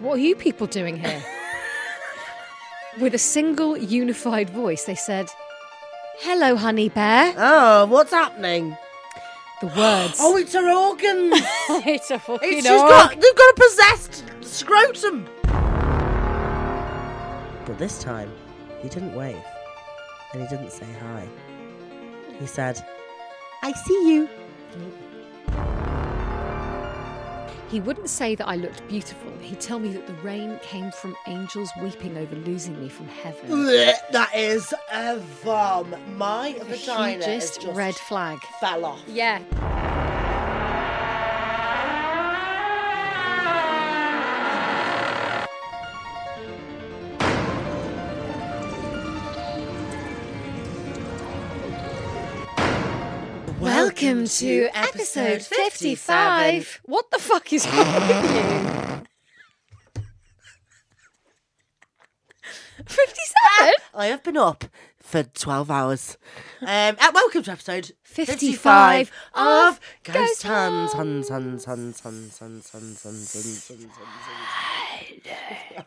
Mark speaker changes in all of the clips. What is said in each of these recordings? Speaker 1: What are you people doing here? With a single unified voice, they said, Hello, honey bear.
Speaker 2: Oh, what's happening?
Speaker 1: The words.
Speaker 2: Oh, it's her organs.
Speaker 1: it's a fucking
Speaker 2: It's, she's got, they've got a possessed scrotum. But this time, he didn't wave and he didn't say hi. He said, I see you.
Speaker 1: He wouldn't say that I looked beautiful. He'd tell me that the rain came from angels weeping over losing me from heaven.
Speaker 2: Blech, That is a vom. My
Speaker 1: The
Speaker 2: vagina is
Speaker 1: hugest
Speaker 2: just
Speaker 1: red flag.
Speaker 2: fell off.
Speaker 1: Yeah. Welcome to episode 55. What the fuck is wrong with you? 57?
Speaker 2: I have been up for 12 hours. Um, and welcome to episode
Speaker 1: 55
Speaker 2: 55 of
Speaker 1: of
Speaker 2: Ghost
Speaker 1: Ghost
Speaker 2: Hands. Hands, hands, hands, hands, hands, hands, hands, hands, hands, hands.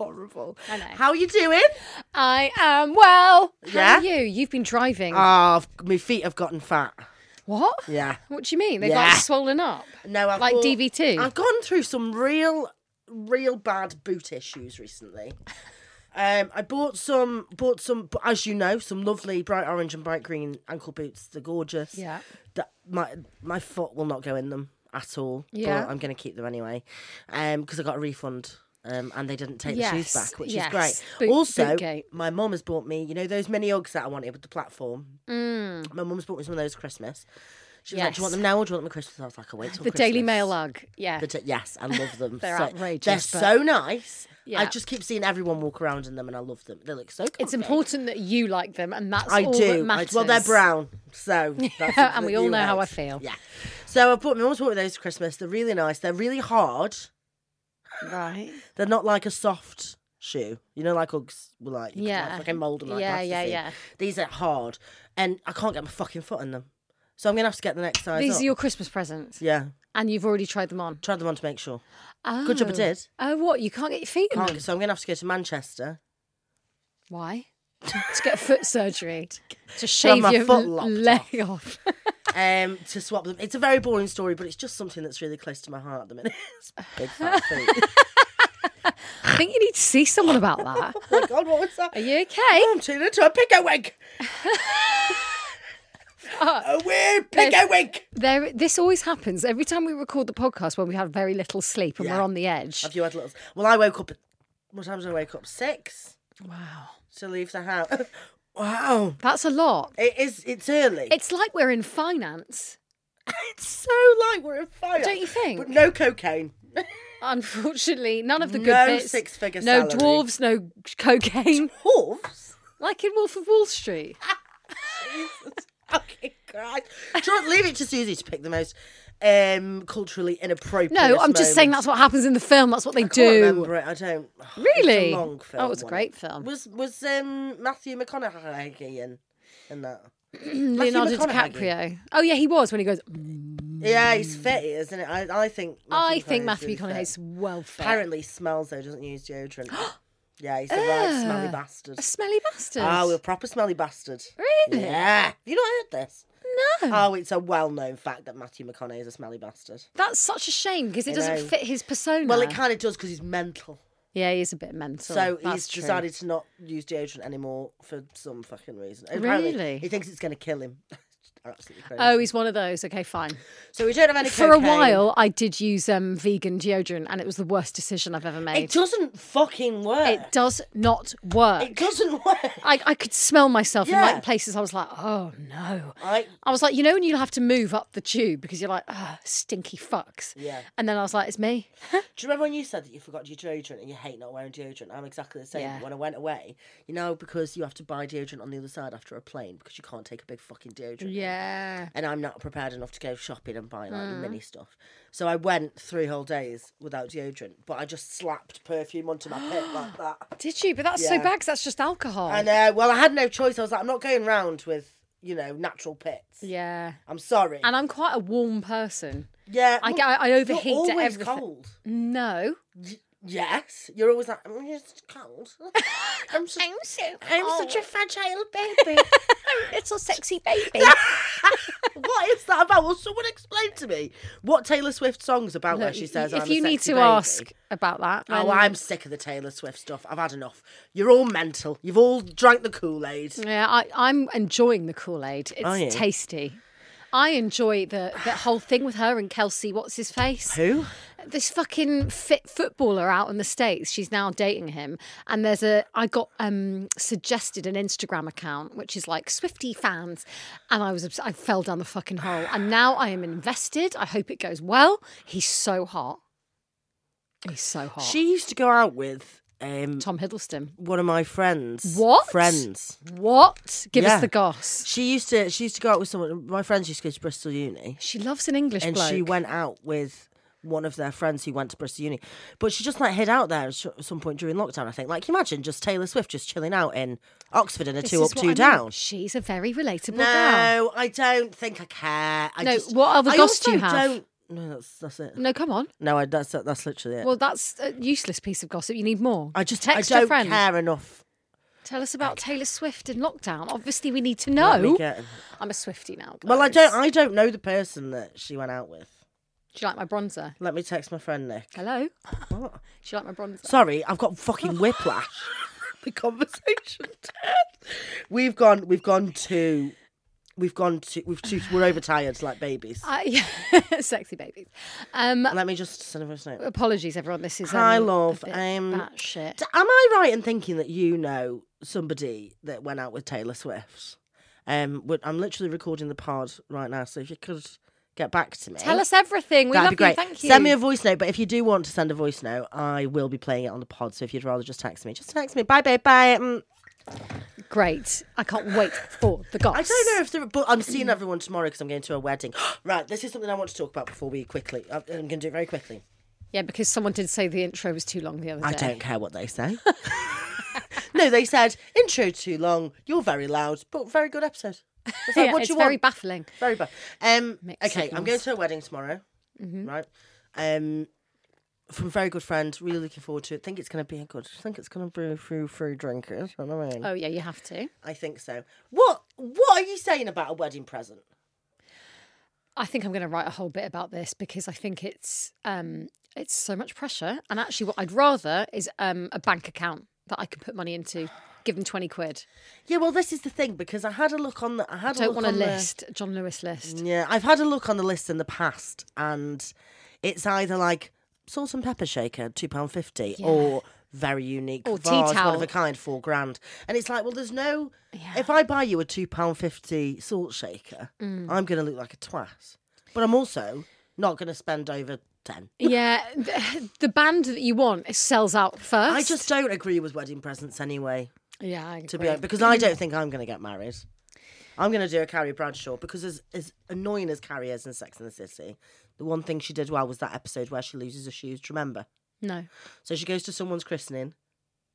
Speaker 2: Horrible.
Speaker 1: I know.
Speaker 2: How you doing?
Speaker 1: I am well. How
Speaker 2: Yeah?
Speaker 1: are you? You've been driving.
Speaker 2: Ah, I've- my feet have gotten fat.
Speaker 1: what?
Speaker 2: Yeah.
Speaker 1: What do you mean? They've
Speaker 2: Yeah.
Speaker 1: like swollen up.
Speaker 2: No, I've
Speaker 1: Like
Speaker 2: bought-
Speaker 1: DVT?
Speaker 2: I've gone through some real, real bad boot issues recently. Um, I bought some, bought some, but as you know, some lovely bright orange and bright green ankle boots. They're gorgeous.
Speaker 1: Yeah.
Speaker 2: That my my foot will not go in them at all.
Speaker 1: Yeah.
Speaker 2: But I'm going to keep them anyway, um, because I got a refund. Um, and they didn't take the
Speaker 1: Yes,
Speaker 2: shoes back, which
Speaker 1: yes.
Speaker 2: is great.
Speaker 1: Boot-
Speaker 2: also,
Speaker 1: bootgate.
Speaker 2: my mum has bought me, you know, those mini Uggs that I wanted with the platform. Mm. My mum's bought me some of those Christmas. She was like, "Do you want
Speaker 1: Yes.
Speaker 2: them now or do you want them at Christmas?" I was like, "I wait till
Speaker 1: The Daily
Speaker 2: Christmas."
Speaker 1: Mail ug. Yeah.
Speaker 2: The t- yes, I love them.
Speaker 1: They're
Speaker 2: so,
Speaker 1: outrageous,
Speaker 2: They're
Speaker 1: but-
Speaker 2: so nice. I
Speaker 1: Yeah.
Speaker 2: just keep seeing everyone walk around in them, and I love them. They look so. Comfy.
Speaker 1: it's important that you like them, and that's
Speaker 2: I
Speaker 1: all that
Speaker 2: do. I-
Speaker 1: matters.
Speaker 2: well, they're brown, so that's something
Speaker 1: and we
Speaker 2: that
Speaker 1: all
Speaker 2: you
Speaker 1: know how
Speaker 2: helped.
Speaker 1: I feel.
Speaker 2: Yeah. So I bought my mum's bought me those for Christmas. They're really nice. They're really hard.
Speaker 1: Right.
Speaker 2: They're not like a soft shoe. You know, like Uggs were like you yeah,
Speaker 1: Yeah.
Speaker 2: like fucking mold them like
Speaker 1: Yeah, yeah,
Speaker 2: plasticine.
Speaker 1: yeah.
Speaker 2: These are hard, and I can't get my fucking foot in them. So I'm gonna have to get the next size.
Speaker 1: These
Speaker 2: up.
Speaker 1: are your Christmas presents,
Speaker 2: yeah.
Speaker 1: and you've already tried them on.
Speaker 2: Tried them on to make sure.
Speaker 1: Oh.
Speaker 2: Good job I did.
Speaker 1: Oh, what? You can't get your feet in
Speaker 2: Can't-
Speaker 1: them.
Speaker 2: so I'm gonna have to go to Manchester
Speaker 1: Why? to get foot surgery. To
Speaker 2: have
Speaker 1: shave
Speaker 2: my
Speaker 1: your
Speaker 2: foot lopped
Speaker 1: leg off.
Speaker 2: um, to swap them. It's a very boring story, but it's just something that's really close to my heart at the minute. It's big fat Oh feet.
Speaker 1: I think you need to see someone about that.
Speaker 2: oh my god, what was that? Oh,
Speaker 1: Are you okay?
Speaker 2: I'm turning into a piggywig. a weird piggywig.
Speaker 1: There, this always happens every time we record the podcast when we have very little sleep and
Speaker 2: Yeah.
Speaker 1: we're on the edge.
Speaker 2: Have you had little? Well, I woke up. At, what time did I wake up? Six
Speaker 1: Wow,
Speaker 2: to leave the house. wow,
Speaker 1: that's a lot.
Speaker 2: it is. It's early.
Speaker 1: It's like we're in finance,
Speaker 2: It's so like we're in fire.
Speaker 1: Don't you think?
Speaker 2: But no cocaine.
Speaker 1: unfortunately. None of the good
Speaker 2: No
Speaker 1: bits.
Speaker 2: six-figure
Speaker 1: No
Speaker 2: salary.
Speaker 1: dwarves, no cocaine,
Speaker 2: Hooves.
Speaker 1: like in Wolf of Wall Street.
Speaker 2: Okay, Christ. Do you want- leave it to Susie to pick the most um, culturally inappropriate?
Speaker 1: No, I'm just saying
Speaker 2: moments.
Speaker 1: that's what happens in the film. That's what they
Speaker 2: I can't
Speaker 1: do.
Speaker 2: remember it. I don't. oh, It's a
Speaker 1: Really?
Speaker 2: long film,
Speaker 1: Oh, it's a
Speaker 2: wasn't
Speaker 1: great
Speaker 2: it?
Speaker 1: film.
Speaker 2: Was was um, Matthew McConaughey in, in that?
Speaker 1: Leonardo
Speaker 2: McConaughey.
Speaker 1: DiCaprio. Oh yeah, he was when he goes. "Mm."
Speaker 2: Yeah, he's fit, isn't it? I, I think.
Speaker 1: I think Matthew
Speaker 2: really fit.
Speaker 1: McConaughey's well fit.
Speaker 2: Apparently, he smells though, doesn't use deodorant. yeah, he's a right smelly
Speaker 1: Ugh.
Speaker 2: bastard.
Speaker 1: a smelly bastard.
Speaker 2: Oh, we're a proper smelly bastard.
Speaker 1: Really?
Speaker 2: Yeah. Have you not heard this?
Speaker 1: no,
Speaker 2: Oh, it's a well known fact that Matthew McConaughey is a smelly bastard.
Speaker 1: that's such a shame because it
Speaker 2: I
Speaker 1: doesn't
Speaker 2: know.
Speaker 1: fit his persona.
Speaker 2: Well, it kind of does because he's mental.
Speaker 1: Yeah, he is a bit mental. Oh,
Speaker 2: So
Speaker 1: That's
Speaker 2: he's
Speaker 1: true.
Speaker 2: decided to not use deodorant anymore for some fucking reason. Apparently,
Speaker 1: Really?
Speaker 2: He thinks it's going to kill him. absolutely crazy.
Speaker 1: Oh, he's one of those. Okay, fine.
Speaker 2: so we don't have any
Speaker 1: For a
Speaker 2: cocaine.
Speaker 1: while, I did use um, vegan deodorant, and it was the worst decision I've ever
Speaker 2: It
Speaker 1: made.
Speaker 2: doesn't fucking work.
Speaker 1: It does not work.
Speaker 2: It doesn't work.
Speaker 1: I, I could smell myself in
Speaker 2: Yeah.
Speaker 1: like places. I was like, oh no.
Speaker 2: I
Speaker 1: I was like, you know, when you have to move up the tube because you're like, ah, stinky fucks.
Speaker 2: Yeah.
Speaker 1: And then I was like, it's me.
Speaker 2: Do you remember when you said that you forgot your deodorant and you hate not wearing deodorant? I'm exactly the same.
Speaker 1: Yeah.
Speaker 2: When I went away, you know, because you have to buy deodorant on the other side after a plane because you can't take a big fucking deodorant.
Speaker 1: Yeah.
Speaker 2: And I'm not prepared enough to go shopping and buy like
Speaker 1: Mm.
Speaker 2: the mini stuff. So I went three whole days without deodorant, but I just slapped perfume onto my pit like that.
Speaker 1: Did you? But that's so
Speaker 2: Yeah.
Speaker 1: bad 'cause that's just alcohol.
Speaker 2: And uh, well, I had no choice. I was like, I'm not going round with, you know, natural pits.
Speaker 1: Yeah.
Speaker 2: I'm sorry.
Speaker 1: Mm. And I'm quite a warm person.
Speaker 2: yeah.
Speaker 1: I,
Speaker 2: well,
Speaker 1: get- I, I overheat
Speaker 2: you're
Speaker 1: to
Speaker 2: always
Speaker 1: everything.
Speaker 2: cold.
Speaker 1: No.
Speaker 2: Yes, you're always like, I'm just cold. I'm so
Speaker 1: so
Speaker 2: I'm such a fragile baby.
Speaker 1: little sexy baby.
Speaker 2: what is that about? Will someone explain to me what Taylor Swift song's about where
Speaker 1: Look,
Speaker 2: she says,
Speaker 1: if
Speaker 2: I'm a
Speaker 1: you need to
Speaker 2: sexy baby?
Speaker 1: ask about that,
Speaker 2: Oh,
Speaker 1: then-
Speaker 2: I'm sick of the Taylor Swift stuff. I've had enough. You're all mental. You've all drank the Kool Aid.
Speaker 1: Yeah, I, I'm enjoying the Kool Aid.
Speaker 2: Are you?
Speaker 1: It's tasty. I enjoy the that whole thing with her and Kelsey. What's his face?
Speaker 2: Who?
Speaker 1: This fucking fit footballer out in the states. She's now dating him, and there's a. I got um suggested an Instagram account which is like Swifty fans, and I was obs- I fell down the fucking hole, and now I am invested. I hope it goes well. He's so hot. He's so hot.
Speaker 2: She used to go out with um,
Speaker 1: Tom Hiddleston.
Speaker 2: one of my friends.
Speaker 1: What?
Speaker 2: Friends.
Speaker 1: What? Give
Speaker 2: Yeah.
Speaker 1: us the goss.
Speaker 2: She used to. She used to go out with someone. My friends used to go to Bristol Uni.
Speaker 1: She loves an English
Speaker 2: and
Speaker 1: bloke.
Speaker 2: she went out with one of their friends who went to Bristol Uni. But she just like hid out there at sh- some point during lockdown, I think. Like, can you imagine just Taylor Swift just chilling out in Oxford in a
Speaker 1: This
Speaker 2: two up,
Speaker 1: is what I
Speaker 2: two
Speaker 1: mean.
Speaker 2: down.
Speaker 1: She's a very relatable girl.
Speaker 2: No, I don't think I care. I
Speaker 1: No,
Speaker 2: just,
Speaker 1: what other
Speaker 2: I
Speaker 1: goss do
Speaker 2: also
Speaker 1: you have?
Speaker 2: Don't, no, that's that's it.
Speaker 1: No, come on.
Speaker 2: No, I, that's that's literally it.
Speaker 1: Well, that's a useless piece of gossip. You need more.
Speaker 2: I just
Speaker 1: text
Speaker 2: I
Speaker 1: your
Speaker 2: don't
Speaker 1: friend.
Speaker 2: care enough.
Speaker 1: Tell us about Taylor Swift in lockdown. Obviously, we need to
Speaker 2: what we
Speaker 1: know.
Speaker 2: get.
Speaker 1: I'm a Swifty now.
Speaker 2: Well, I
Speaker 1: guys.
Speaker 2: don't. I don't know the person that she went out with.
Speaker 1: Do you like my bronzer?
Speaker 2: Let me text my friend Nick.
Speaker 1: Hello. Do
Speaker 2: What?
Speaker 1: you like my bronzer?
Speaker 2: Sorry, I've got fucking whiplash. the conversation. turned. we've gone. We've gone to. We've gone to. We've too. We're overtired, like babies.
Speaker 1: I, yeah, sexy babies. Um,
Speaker 2: Let me just send a note.
Speaker 1: apologies, everyone. This is um,
Speaker 2: Hi, love.
Speaker 1: A bit
Speaker 2: Um,
Speaker 1: batshit.
Speaker 2: D- Am I right in thinking that you know somebody that went out with Taylor Swift? Um, would- I'm literally recording the pod right now, so if you could get back to me,
Speaker 1: Tell us everything. We
Speaker 2: that'd
Speaker 1: love
Speaker 2: be great.
Speaker 1: you. Thank you.
Speaker 2: Send me a voice note, but if you do want to send a voice note, I will be playing it on the pod. So if you'd rather just text me, just text me. Bye, babe. Bye. Mm.
Speaker 1: Great. I can't wait for the goss.
Speaker 2: I don't know if there, but I'm seeing everyone tomorrow because I'm going to a wedding. right, this is something I want to talk about before we quickly. uh, I'm going to do it very quickly.
Speaker 1: Yeah, because someone did say the intro was too long the other
Speaker 2: I
Speaker 1: day.
Speaker 2: don't care what they say. no, they said intro too long. You're very loud, but very good episode. It's like,
Speaker 1: Yeah,
Speaker 2: what do
Speaker 1: it's
Speaker 2: you
Speaker 1: very
Speaker 2: want?
Speaker 1: baffling.
Speaker 2: very bad. Um,
Speaker 1: Mixed
Speaker 2: okay, I'm
Speaker 1: signals.
Speaker 2: going to a wedding tomorrow. Right. Um, from a very good friend. Really looking forward to it. Think it's going to be a good. think it's going to be a few free drinkers. You know what I mean?
Speaker 1: Oh yeah, you have to.
Speaker 2: I think so. What What are you saying about a wedding present?
Speaker 1: I think I'm going to write a whole bit about this because I think it's um, it's so much pressure. And actually, what I'd rather is um, a bank account that I can put money into. Give them twenty quid.
Speaker 2: Yeah, well, this is the thing because I had a look on the. I had a
Speaker 1: Don't
Speaker 2: look
Speaker 1: want a
Speaker 2: on the-
Speaker 1: list, John Lewis list.
Speaker 2: Yeah, I've had a look on the list in the past, and it's either like salt and pepper shaker, two pound fifty, or very unique
Speaker 1: Or tea
Speaker 2: vase, one of
Speaker 1: towel.
Speaker 2: a kind, four grand. And it's like, well, there's no. If I buy you a two pound fifty salt shaker,
Speaker 1: Mm.
Speaker 2: I'm going to look like a twat, but I'm also not going to spend over ten.
Speaker 1: Yeah, the, the band that you want it sells out first.
Speaker 2: I just don't agree with wedding presents anyway.
Speaker 1: yeah, I agree.
Speaker 2: to be honest, because I don't think I'm going to get married. I'm going to do a Carrie Bradshaw because as, as annoying as Carrie is in Sex and the City, the one thing she did well was that episode where she loses her shoes. Do you remember?
Speaker 1: no.
Speaker 2: So she goes to someone's christening,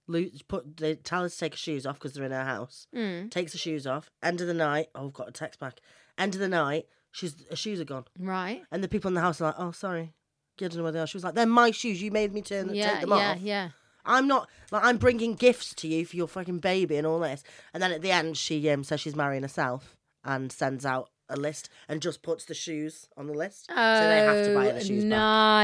Speaker 2: lo- put they tell her to take her shoes off because they're in her house.
Speaker 1: Mm, Mm-hmm.
Speaker 2: Takes her shoes off. End of the night. Oh, I've got a text back. End of the night, she's her shoes are gone,
Speaker 1: Right.
Speaker 2: and the people in the house are like, "Oh, sorry." I don't know where they are. She was like, "They're my shoes. You made me turn
Speaker 1: Yeah,
Speaker 2: take them
Speaker 1: yeah,
Speaker 2: off."
Speaker 1: yeah.
Speaker 2: I'm not like I'm bringing gifts to you for your fucking baby and all this. And then at the end, she um, says she's marrying herself and sends out a list and just puts the shoes on the list, so they have to buy the
Speaker 1: Oh,
Speaker 2: shoes back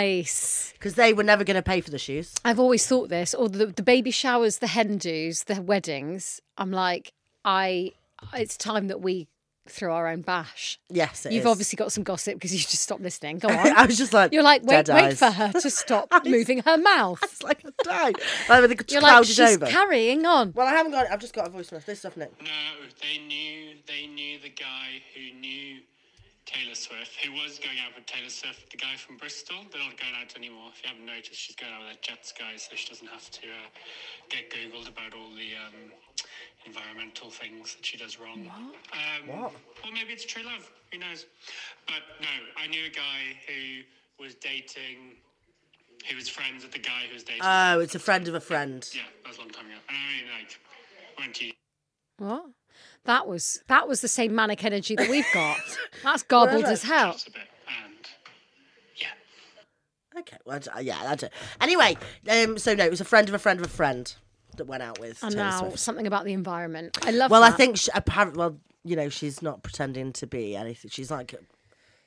Speaker 1: Nice.
Speaker 2: because they were never going to pay for the shoes.
Speaker 1: I've always thought this, or the, the baby showers, the hen dos, the weddings. I'm like, I, it's time that we through our own bash.
Speaker 2: Yes, it
Speaker 1: You've
Speaker 2: is.
Speaker 1: obviously got some gossip because you just stopped listening. Go on.
Speaker 2: I was just like,
Speaker 1: You're like, wait,
Speaker 2: dead
Speaker 1: wait
Speaker 2: eyes.
Speaker 1: for her to stop moving her mouth.
Speaker 2: It's like a die. Like, the
Speaker 1: You're
Speaker 2: cloud
Speaker 1: like,
Speaker 2: is
Speaker 1: she's
Speaker 2: over.
Speaker 1: carrying on.
Speaker 2: well, I haven't got it. I've just got a voice message. This stuff, Nick.
Speaker 3: No, they knew they knew the guy who knew Taylor Swift, who was going out with Taylor Swift, the guy from Bristol. They're not going out anymore. If you haven't noticed, she's going out with that Jets guy, so she doesn't have to uh, get googled about all the um, environmental things that she does wrong. Um,
Speaker 2: What?
Speaker 3: Or maybe it's true love. Who knows? But no, I knew a guy who was dating, who was friends with the guy who was dating.
Speaker 2: Oh, it's a friend of a friend.
Speaker 3: yeah, that was a long time ago. And I mean, like, went to
Speaker 1: What? That was that was the same manic energy that we've got. That's garbled as hell.
Speaker 3: just a bit, and yeah.
Speaker 2: Okay. Well, that's- uh, yeah, that's it. Anyway, um, so no, it was a friend of a friend of a friend that went out with
Speaker 1: And
Speaker 2: Taylor
Speaker 1: now
Speaker 2: Swift.
Speaker 1: something about the environment. I love.
Speaker 2: Well, I
Speaker 1: that.
Speaker 2: think she, apparently, well, you know, she's not pretending to be anything. She's like,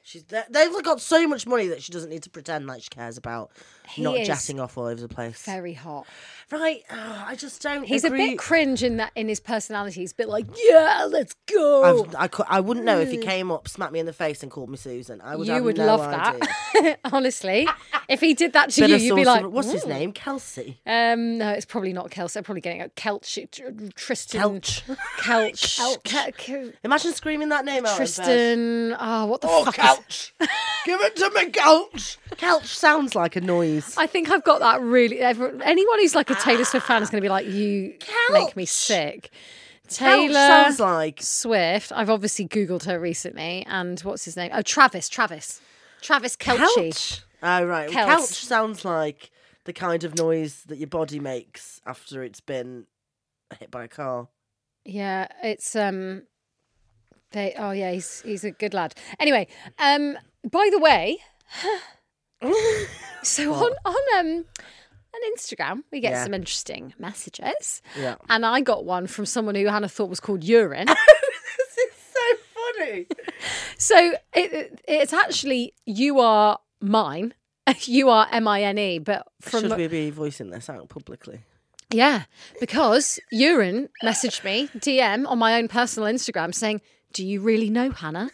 Speaker 2: she's they- they've got so much money that she doesn't need to pretend like she cares about not
Speaker 1: is
Speaker 2: jetting off all over the place.
Speaker 1: very hot.
Speaker 2: Right? Oh, I just don't.
Speaker 1: He's a
Speaker 2: agree.
Speaker 1: bit cringe in that in his personality. He's a bit like, yeah, let's go.
Speaker 2: I've, I, cou- I wouldn't know if he came up, smacked me in the face, and called me Susan. I would.
Speaker 1: Mm. you
Speaker 2: have
Speaker 1: would
Speaker 2: no
Speaker 1: love
Speaker 2: idea.
Speaker 1: that, honestly. if he did that to
Speaker 2: Bit
Speaker 1: you,
Speaker 2: of
Speaker 1: you'd be
Speaker 2: sauce
Speaker 1: like,
Speaker 2: of- what's his
Speaker 1: "Ooh."
Speaker 2: name? Kelsey.
Speaker 1: Um, no, it's probably not Kelch. I'm probably getting a Kelch, Tr- Tristan,
Speaker 2: Kelch.
Speaker 1: Mm. Kelch,
Speaker 2: Kelch.
Speaker 1: Ke- Ke-
Speaker 2: Imagine screaming that name out. in bed.
Speaker 1: Tristan. Oh, what the
Speaker 2: Oh,
Speaker 1: fuck? is-
Speaker 2: couch. Give it to me, couch. Couch sounds like a noise.
Speaker 1: I think I've got that really. Everyone, anyone who's like a Taylor Swift fan is going to be like, you make me
Speaker 2: Kelch.
Speaker 1: sick.
Speaker 2: Couch
Speaker 1: Taylor
Speaker 2: sounds like
Speaker 1: Swift. I've obviously googled her recently, and what's his name? Oh, Travis. Travis. Travis Kelce.
Speaker 2: couch. Oh right, well,
Speaker 1: Couch.
Speaker 2: couch sounds like the kind of noise that your body makes after it's been hit by a car.
Speaker 1: Yeah, it's um they oh yeah, he's he's a good lad. Anyway, um by the way, so on on um on Instagram, we get
Speaker 2: Yeah.
Speaker 1: some interesting messages.
Speaker 2: Yeah.
Speaker 1: And I got one from someone who Hannah thought was called urine.
Speaker 2: this is so funny.
Speaker 1: so it, it- it's actually you are mine. You are M I N E, but from
Speaker 2: Should we be voicing this out publicly?
Speaker 1: Yeah, because Urine messaged me DM on my own personal Instagram saying, "Do you really know Hannah?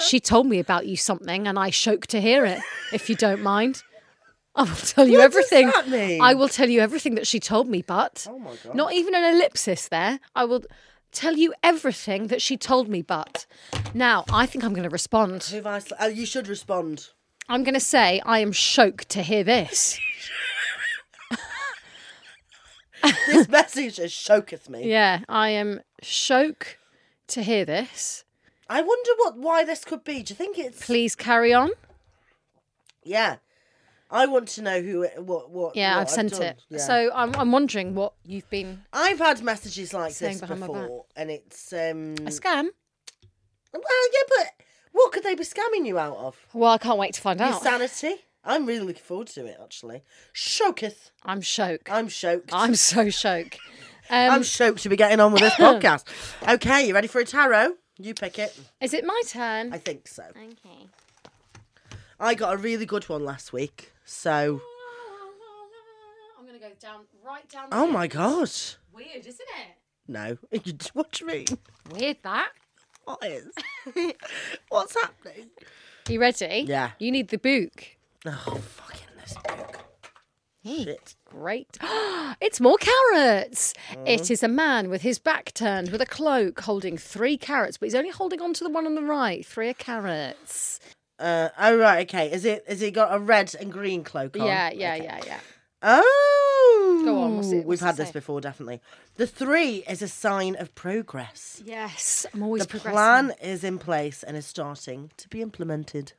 Speaker 1: She told me about you something, and I shook to hear it. If you don't mind, I will tell you
Speaker 2: What does
Speaker 1: everything.
Speaker 2: that mean?
Speaker 1: I will tell you everything that she told me, but
Speaker 2: Oh my god.
Speaker 1: not even an ellipsis there. I will." Tell you everything that she told me, but now I think I'm going to respond.
Speaker 2: Who've I sl- oh, you should respond.
Speaker 1: I'm going to say I am shook to hear this.
Speaker 2: This message has shoketh me.
Speaker 1: Yeah, I am shook to hear this.
Speaker 2: I wonder what why this could be. Do you think it's
Speaker 1: Please carry on.
Speaker 2: yeah? I want to know who it- what what.
Speaker 1: Yeah,
Speaker 2: what
Speaker 1: I've sent
Speaker 2: done.
Speaker 1: it.
Speaker 2: Yeah.
Speaker 1: So I'm, I'm wondering what you've been
Speaker 2: I've had messages like
Speaker 1: Saying
Speaker 2: this
Speaker 1: behind my back.
Speaker 2: before, and it's um.
Speaker 1: a scam.
Speaker 2: Well, yeah, but what could they be scamming you out of?
Speaker 1: Well, I can't wait to find
Speaker 2: Your
Speaker 1: out.
Speaker 2: sanity. I'm really looking forward to it. Actually, shoketh.
Speaker 1: I'm shook.
Speaker 2: I'm shocked.
Speaker 1: I'm so Um, shook.
Speaker 2: I'm shocked to be getting on with this podcast. Okay, you ready for a tarot? You pick it.
Speaker 1: Is it my turn?
Speaker 2: I think so.
Speaker 1: Okay.
Speaker 2: I got a really good one last week. So,
Speaker 1: I'm gonna go down, right down.
Speaker 2: oh my god,
Speaker 1: Weird, isn't it?
Speaker 2: no! what do you mean?
Speaker 1: Weird that.
Speaker 2: What is? What's happening?
Speaker 1: You ready?
Speaker 2: Yeah.
Speaker 1: You need the book.
Speaker 2: Oh, fucking this book. Shit.
Speaker 1: Great. it's more carrots.
Speaker 2: Mm.
Speaker 1: It is a man with his back turned with a cloak holding three carrots, but he's only holding on to the one on the right. Three are carrots.
Speaker 2: Uh, oh right, okay. Is it? Is he got a red and green cloak on?
Speaker 1: Yeah, yeah,
Speaker 2: Okay.
Speaker 1: yeah, yeah.
Speaker 2: Oh,
Speaker 1: Go on, what's it- what's
Speaker 2: We've
Speaker 1: it
Speaker 2: had
Speaker 1: say?
Speaker 2: this before, definitely. The three is a sign of progress.
Speaker 1: Yes, I'm always
Speaker 2: The plan is in place and is starting to be implemented.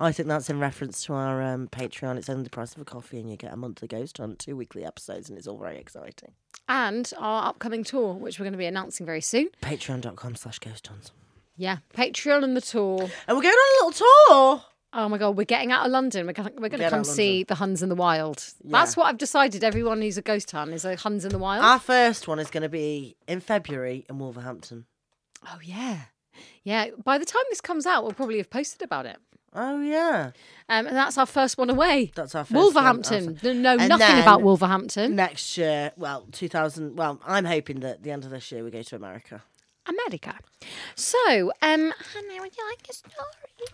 Speaker 2: I think that's in reference to our um, Patreon. It's only the price of a coffee, and you get a monthly ghost on two weekly episodes, and it's all very exciting.
Speaker 1: and our upcoming tour, which we're going to be announcing very soon.
Speaker 2: Patreon.com slash ghost ons.
Speaker 1: Yeah, Patreon and the tour.
Speaker 2: And we're going on a little tour.
Speaker 1: Oh my god, we're getting out of London. We're going we're going to
Speaker 2: Get
Speaker 1: come
Speaker 2: out of
Speaker 1: see the Huns in the Wild. That's what I've decided. Everyone who's a ghost hun is a Huns in the Wild.
Speaker 2: Our first one is going to be in February in Wolverhampton.
Speaker 1: oh yeah, yeah. By the time this comes out, we'll probably have posted about it.
Speaker 2: Oh, yeah.
Speaker 1: Um, and that's our first one away.
Speaker 2: That's our first one,
Speaker 1: Wolverhampton.
Speaker 2: awesome.
Speaker 1: No,
Speaker 2: And
Speaker 1: nothing
Speaker 2: then-
Speaker 1: about Wolverhampton.
Speaker 2: Next year, well, 2000, well, I'm hoping that the end of this year we go to America.
Speaker 1: America. So, um, Hannah, would you like a story?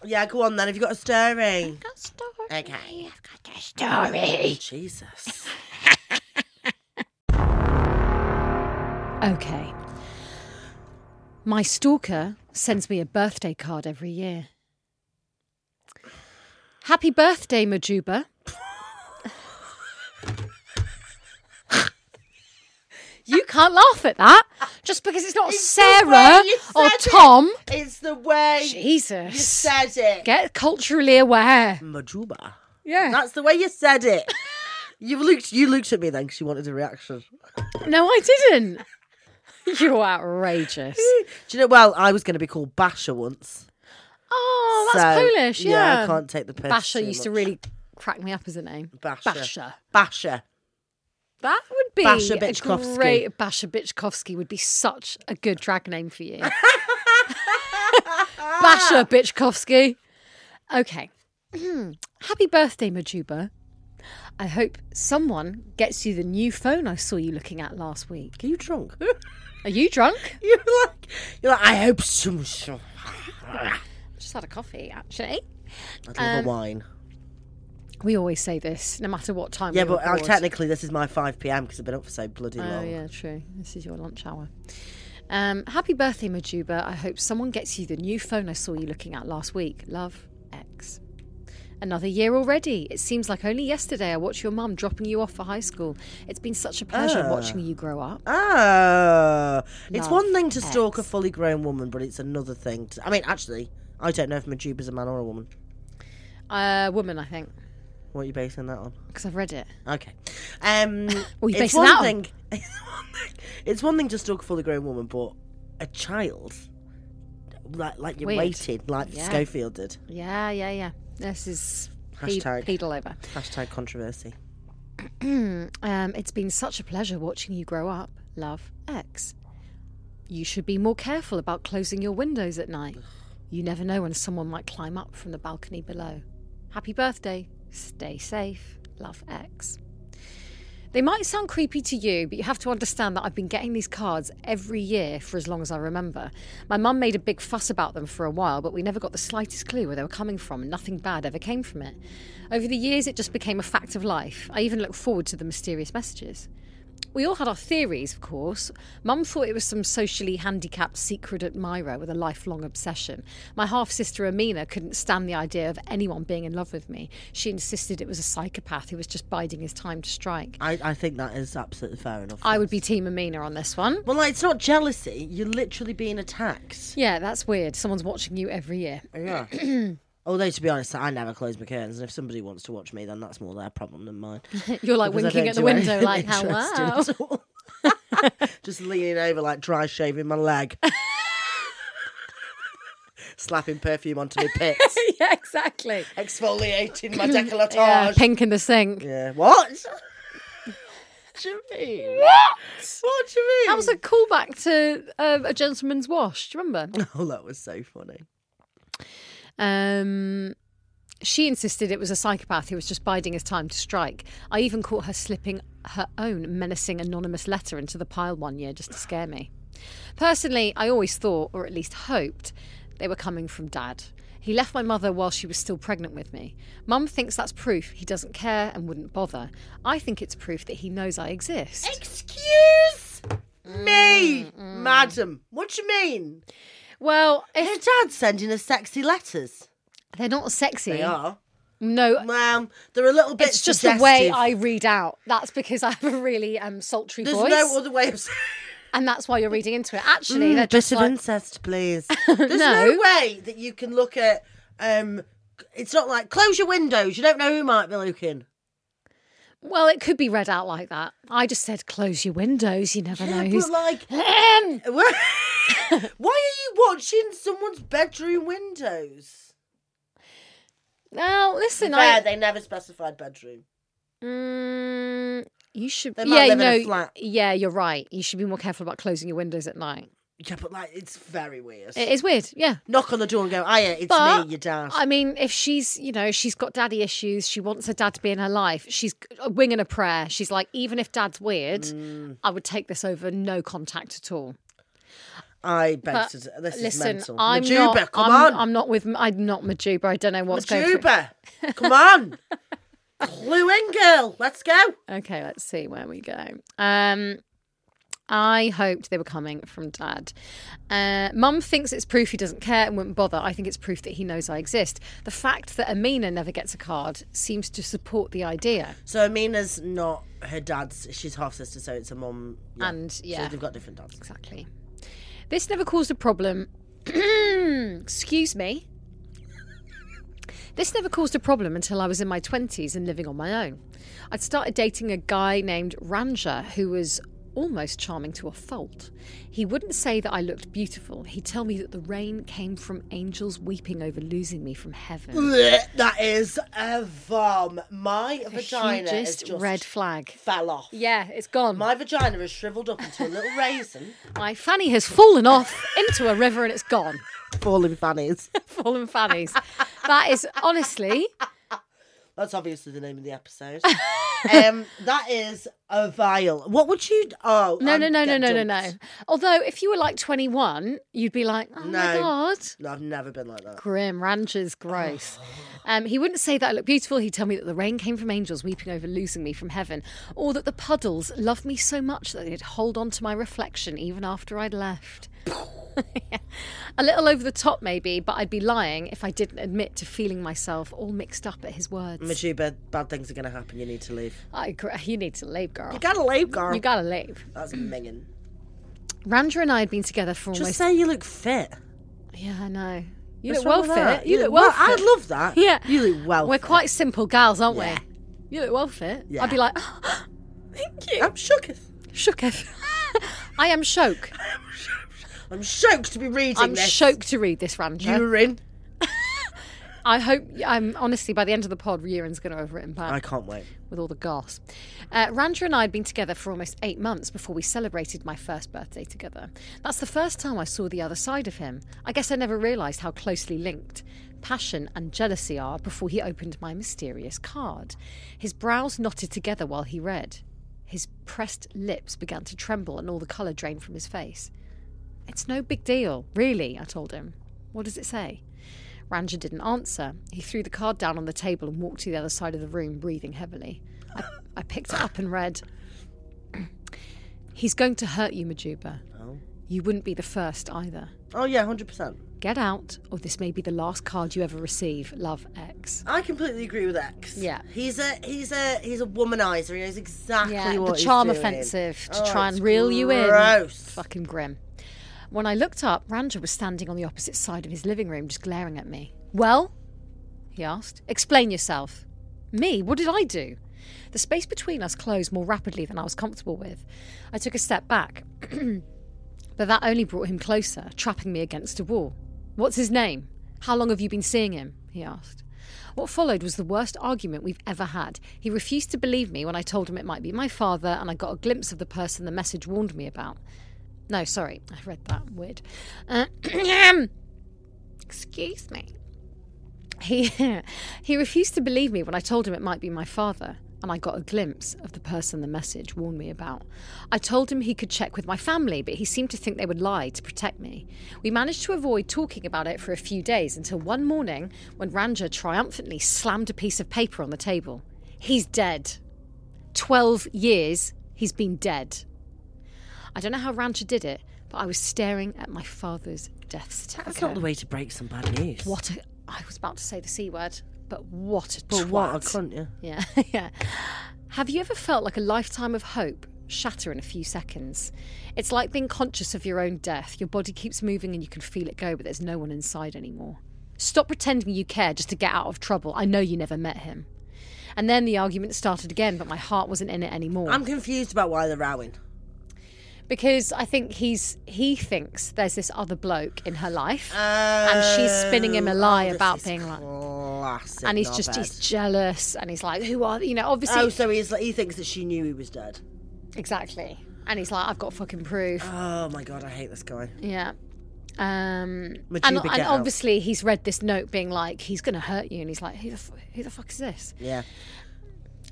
Speaker 2: Yeah, go on then. Have you got a story?
Speaker 1: Got a story?
Speaker 2: Okay.
Speaker 1: I've got a story.
Speaker 2: Jesus.
Speaker 1: Okay. My stalker sends me a birthday card every year. Happy birthday, Majuba. you can't laugh at that just because it's not
Speaker 2: It's the
Speaker 1: Sarah
Speaker 2: way you
Speaker 1: or
Speaker 2: said it.
Speaker 1: Tom.
Speaker 2: It's the way you
Speaker 1: Jesus.
Speaker 2: said it.
Speaker 1: Get culturally aware.
Speaker 2: Majuba.
Speaker 1: Yeah.
Speaker 2: That's the way you said it. You've looked. You looked at me then because you wanted a reaction.
Speaker 1: No, I didn't. You're outrageous.
Speaker 2: Do you know? Well, I was going to be called Basher once.
Speaker 1: Oh, that's
Speaker 2: so,
Speaker 1: Polish. Yeah.
Speaker 2: I can't take the piss.
Speaker 1: Basher
Speaker 2: too
Speaker 1: used to
Speaker 2: much.
Speaker 1: really crack me up as a name.
Speaker 2: Basher.
Speaker 1: Basher.
Speaker 2: Basher.
Speaker 1: That would be
Speaker 2: Basha
Speaker 1: a
Speaker 2: Bichkowski.
Speaker 1: great. Basha Bichkowski would be such a good drag name for you. Basha Bichkowski. Okay. Happy birthday, Majuba. I hope someone gets you the new phone I saw you looking at last week.
Speaker 2: Are you drunk?
Speaker 1: Are you drunk?
Speaker 2: you're like. You're like. I hope some. some-
Speaker 1: Just had a coffee, actually.
Speaker 2: I'd love
Speaker 1: Um,
Speaker 2: a wine.
Speaker 1: We always say this, no matter what time.
Speaker 2: Yeah,
Speaker 1: we
Speaker 2: but uh,
Speaker 1: record.
Speaker 2: technically this is my 5 p.m. because I've been up for so bloody
Speaker 1: Oh
Speaker 2: long.
Speaker 1: yeah, true. This is your lunch hour. Um, happy birthday, Majuba. I hope someone gets you the new phone I saw you looking at last week. Love, X. Another year already. It seems like only yesterday I watched your mum dropping you off for high school. It's been such a pleasure
Speaker 2: Ah.
Speaker 1: watching you grow up.
Speaker 2: Oh, it's
Speaker 1: Love
Speaker 2: one thing to stalk a
Speaker 1: X.
Speaker 2: fully grown woman, but it's another thing. To, I mean, actually, I don't know if Majuba's a man or a woman.
Speaker 1: Uh, woman, I think,
Speaker 2: What are you basing that on?
Speaker 1: because I've read it.
Speaker 2: Okay. Um,
Speaker 1: Oh, you
Speaker 2: it's
Speaker 1: basing
Speaker 2: one
Speaker 1: that on-
Speaker 2: thing. It's one thing. It's one thing to stalk a fully grown woman, but a child, like like you
Speaker 1: Weird.
Speaker 2: waited, like
Speaker 1: Yeah.
Speaker 2: Schofield did.
Speaker 1: Yeah, yeah, yeah. This is pe-
Speaker 2: Hashtag.
Speaker 1: pedal over.
Speaker 2: Hashtag controversy.
Speaker 1: Um, it's been such a pleasure watching you grow up. Love, X. You should be more careful about closing your windows at night. You never know when someone might climb up from the balcony below. Happy birthday. Stay safe. Love, X. They might sound creepy to you, but you have to understand that I've been getting these cards every year for as long as I remember. My mum made a big fuss about them for a while, but we never got the slightest clue where they were coming from, and nothing bad ever came from it. Over the years, it just became a fact of life. I even look forward to the mysterious messages. We all had our theories, of course. Mum thought it was some socially handicapped secret admirer with a lifelong obsession. My half sister Amina couldn't stand the idea of anyone being in love with me. She insisted it was a psychopath who was just biding his time to strike.
Speaker 2: I, I think that is absolutely fair enough.
Speaker 1: I would be Team Amina on this one.
Speaker 2: Well, like, it's not jealousy. You're literally being attacked.
Speaker 1: Yeah, that's weird. Someone's watching you every year.
Speaker 2: Yeah. Although to be honest, I never close my curtains, and if somebody wants to watch me, then that's more their problem than mine.
Speaker 1: You're like
Speaker 2: Because I
Speaker 1: winking
Speaker 2: don't
Speaker 1: at the
Speaker 2: do
Speaker 1: window,
Speaker 2: anything
Speaker 1: like, hello.
Speaker 2: interesting at all. Just leaning over, like dry shaving my leg, slapping perfume onto my pits,
Speaker 1: yeah, exactly.
Speaker 2: exfoliating my
Speaker 1: Yeah,
Speaker 2: décolletage. Yeah,
Speaker 1: pink in the sink.
Speaker 2: what? what do you mean? What? What do you mean?
Speaker 1: That was a callback to uh, a gentleman's wash. Do you remember?
Speaker 2: oh, that was so funny.
Speaker 1: Um, she insisted it was a psychopath who was just biding his time to strike. I even caught her slipping her own menacing anonymous letter into the pile one year just to scare me. Personally, I always thought, or at least hoped, they were coming from dad. He left my mother while she was still pregnant with me. Mum thinks that's proof he doesn't care and wouldn't bother. I think it's proof that he knows I exist.
Speaker 2: Excuse me, madam. What do you mean?
Speaker 1: Well,
Speaker 2: Her
Speaker 1: if
Speaker 2: dad's sending her sexy letters.
Speaker 1: they're not sexy.
Speaker 2: They are.
Speaker 1: No,
Speaker 2: Well, they're a little bit.
Speaker 1: it's just the way
Speaker 2: suggestive.
Speaker 1: I read out. That's because I have a really um, sultry
Speaker 2: There's
Speaker 1: voice.
Speaker 2: no other way of saying.
Speaker 1: and that's why you're reading into it. Actually, they're
Speaker 2: a bit
Speaker 1: just
Speaker 2: of
Speaker 1: like,
Speaker 2: incest, please. There's no.
Speaker 1: No.
Speaker 2: way that you can look at. Um, it's not like close your windows. You don't know who might be looking.
Speaker 1: well, it could be read out like that. I just said, close your windows. You never know
Speaker 2: Yeah,
Speaker 1: who's.
Speaker 2: but like,
Speaker 1: Ahem.
Speaker 2: why are you watching someone's bedroom windows?
Speaker 1: now, listen,
Speaker 2: Fair,
Speaker 1: I.
Speaker 2: they never specified bedroom.
Speaker 1: Mm, you should.
Speaker 2: They might
Speaker 1: yeah,
Speaker 2: live in
Speaker 1: no.
Speaker 2: a flat.
Speaker 1: Yeah, you're right. You should be more careful about closing your windows at night.
Speaker 2: Yeah, but like, it's very weird.
Speaker 1: It is weird. Yeah.
Speaker 2: Knock on the door and go, Aya, it's
Speaker 1: But,
Speaker 2: me, your dad.
Speaker 1: I mean, if she's, you know, she's got daddy issues, she wants her dad to be in her life, she's winging a prayer. She's
Speaker 2: Mm.
Speaker 1: like, even if dad's weird, I would take this over no contact at all.
Speaker 2: I
Speaker 1: But
Speaker 2: begged. to- This is
Speaker 1: Listen,
Speaker 2: mental.
Speaker 1: I'm
Speaker 2: Majuba,
Speaker 1: not.
Speaker 2: come
Speaker 1: I'm,
Speaker 2: on.
Speaker 1: I'm not with. I'm not Majuba. I don't know what's going. through-
Speaker 2: Majuba, come on. Clue in, girl. Let's go.
Speaker 1: Okay, let's see where we go. Um, I hoped they were coming from dad. Uh, Mum thinks it's proof he doesn't care and wouldn't bother. I think it's proof that he knows I exist. The fact that Amina never gets a card seems to support the idea.
Speaker 2: So Amina's not her dad's. She's half sister, so it's a mum. Yeah.
Speaker 1: And Uh, yeah,
Speaker 2: So they've got different dads.
Speaker 1: exactly. This never caused a problem. Excuse me. This never caused a problem until I was in my 20s and living on my own. I'd started dating a guy named Ranja who was almost charming to a fault. He wouldn't say that I looked beautiful, he'd tell me that the rain came from angels weeping over losing me from heaven.
Speaker 2: Blech, That is a vom. My
Speaker 1: The
Speaker 2: vagina is
Speaker 1: hugest
Speaker 2: just
Speaker 1: red flag.
Speaker 2: fell off.
Speaker 1: Yeah, it's gone. My,
Speaker 2: My vagina is shriveled up into a little raisin.
Speaker 1: fanny has fallen off into a river and it's gone.
Speaker 2: Falling fannies.
Speaker 1: Fallen fannies. That is honestly
Speaker 2: That's obviously the name of the episode. um, that is a vial. What would you? Oh
Speaker 1: No,
Speaker 2: I'm
Speaker 1: no, no, no,
Speaker 2: getting
Speaker 1: no, no, no.
Speaker 2: dumped.
Speaker 1: Although, if you were like 21, you'd be like, oh my
Speaker 2: No.
Speaker 1: God.
Speaker 2: No, I've never been like that.
Speaker 1: Grim, ranchers, gross. Um, he wouldn't say that I look beautiful. He'd tell me that the rain came from angels weeping over losing me from heaven, or that the puddles loved me so much that they'd hold on to my reflection even after I'd left. A little over the top, maybe, but I'd be lying if I didn't admit to feeling myself all mixed up at his words.
Speaker 2: Majuba, bad things are going to happen. You need to leave.
Speaker 1: I agree. You need to leave, girl.
Speaker 2: You gotta leave, girl.
Speaker 1: You gotta leave.
Speaker 2: That's minging.
Speaker 1: Ranja and I had been together for
Speaker 2: Just
Speaker 1: almost
Speaker 2: say you look fit.
Speaker 1: Yeah, I know. You
Speaker 2: What's
Speaker 1: look well
Speaker 2: wrong with that?
Speaker 1: fit. You look well
Speaker 2: I
Speaker 1: fit.
Speaker 2: love that.
Speaker 1: Yeah.
Speaker 2: You look well.
Speaker 1: We're
Speaker 2: fit.
Speaker 1: quite simple gals, aren't
Speaker 2: Yeah.
Speaker 1: we? You look well fit.
Speaker 2: Yeah.
Speaker 1: I'd be like, "Ah, thank you.
Speaker 2: I'm shook.
Speaker 1: Shooketh. I am shook.
Speaker 2: I'm shook to be reading
Speaker 1: I'm
Speaker 2: this.
Speaker 1: shook to read this rancher.
Speaker 2: Urine.
Speaker 1: I hope, I'm honestly, by the end of the pod, Urine's going to have written back.
Speaker 2: I can't wait.
Speaker 1: with all the gas. Uh, Randra and I had been together for almost eight months before we celebrated my first birthday together. That's the first time I saw the other side of him. I guess I never realised how closely linked passion and jealousy are before he opened my mysterious card. His brows knotted together while he read. His pressed lips began to tremble and all the colour drained from his face. It's no big deal, really, I told him. What does it say? Ranja didn't answer. He threw the card down on the table and walked to the other side of the room, breathing heavily. I, I picked it up and read He's going to hurt you, Majuba.
Speaker 2: Oh.
Speaker 1: You wouldn't be the first either.
Speaker 2: Oh yeah, hundred percent.
Speaker 1: Get out, or this may be the last card you ever receive. Love X.
Speaker 2: I completely agree with X.
Speaker 1: Yeah.
Speaker 2: He's a he's a he's a womanizer. He knows exactly
Speaker 1: Yeah,
Speaker 2: what
Speaker 1: the
Speaker 2: he's
Speaker 1: charm
Speaker 2: doing.
Speaker 1: offensive to
Speaker 2: Oh,
Speaker 1: try and
Speaker 2: it's
Speaker 1: reel you in.
Speaker 2: Gross.
Speaker 1: Fucking grim. When I looked up, Ranja was standing on the opposite side of his living room, just glaring at me. Well? He asked. Explain yourself. Me? What did I do? The space between us closed more rapidly than I was comfortable with. I took a step back, but that only brought him closer, trapping me against a wall. What's his name? How long have you been seeing him? he asked. What followed was the worst argument we've ever had. He refused to believe me when I told him it might be my father, and I got a glimpse of the person the message warned me about. No, sorry, I read that. Weird. Uh, excuse me. He, he refused to believe me when I told him it might be my father, and I got a glimpse of the person the message warned me about. I told him he could check with my family, but he seemed to think they would lie to protect me. We managed to avoid talking about it for a few days until one morning when Ranja triumphantly slammed a piece of paper on the table. He's dead. 12 years he's been dead. I don't know how Rancher did it, but I was staring at my father's death certificate.
Speaker 2: That's not the way to break some bad news.
Speaker 1: What a, I was about to say the c word, but what a
Speaker 2: But
Speaker 1: twat.
Speaker 2: what a cunt, yeah.
Speaker 1: Yeah, yeah. Have you ever felt like a lifetime of hope shatter in a few seconds? It's like being conscious of your own death. Your body keeps moving and you can feel it go, but there's no one inside anymore. Stop pretending you care just to get out of trouble. I know you never met him. And then the argument started again, but my heart wasn't in it anymore.
Speaker 2: I'm confused about why they're rowing.
Speaker 1: because I think he's he thinks there's this other bloke in her life,
Speaker 2: Uh,
Speaker 1: and she's spinning him a lie about being like,
Speaker 2: Oh, Classic.
Speaker 1: and he's just he's jealous, and he's like, who are you know obviously
Speaker 2: Oh, so he's he thinks that she knew he was dead.
Speaker 1: exactly, and he's like, I've got fucking proof,
Speaker 2: Oh my god, I hate this guy.
Speaker 1: yeah. Um,
Speaker 2: Majuba,
Speaker 1: and,
Speaker 2: get
Speaker 1: and
Speaker 2: out.
Speaker 1: obviously he's read this note being like he's gonna hurt you, and he's like, who the f- who the fuck is this?
Speaker 2: Yeah.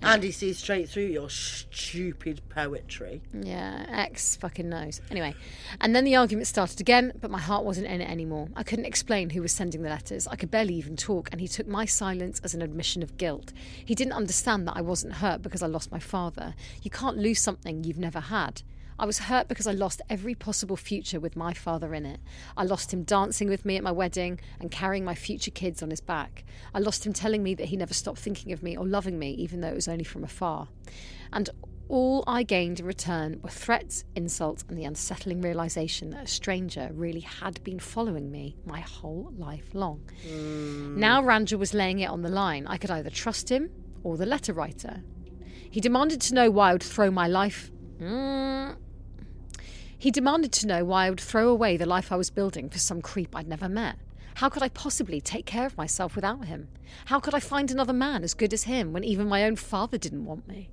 Speaker 2: And he sees straight through your stupid poetry.
Speaker 1: Yeah, X fucking knows. Anyway, and then the argument started again, but my heart wasn't in it anymore. I couldn't explain who was sending the letters. I could barely even talk, and he took my silence as an admission of guilt. He didn't understand that I wasn't hurt because I lost my father. You can't lose something you've never had. I was hurt because I lost every possible future with my father in it. I lost him dancing with me at my wedding and carrying my future kids on his back. I lost him telling me that he never stopped thinking of me or loving me, even though it was only from afar. And all I gained in return were threats, insults, and the unsettling realization that a stranger really had been following me my whole life long. Now Ranja was laying it on the line. I could either trust him or the letter writer. He demanded to know why I would throw my life. Mm. He demanded to know why I would throw away the life I was building for some creep I'd never met. How could I possibly take care of myself without him? How could I find another man as good as him when even my own father didn't want me?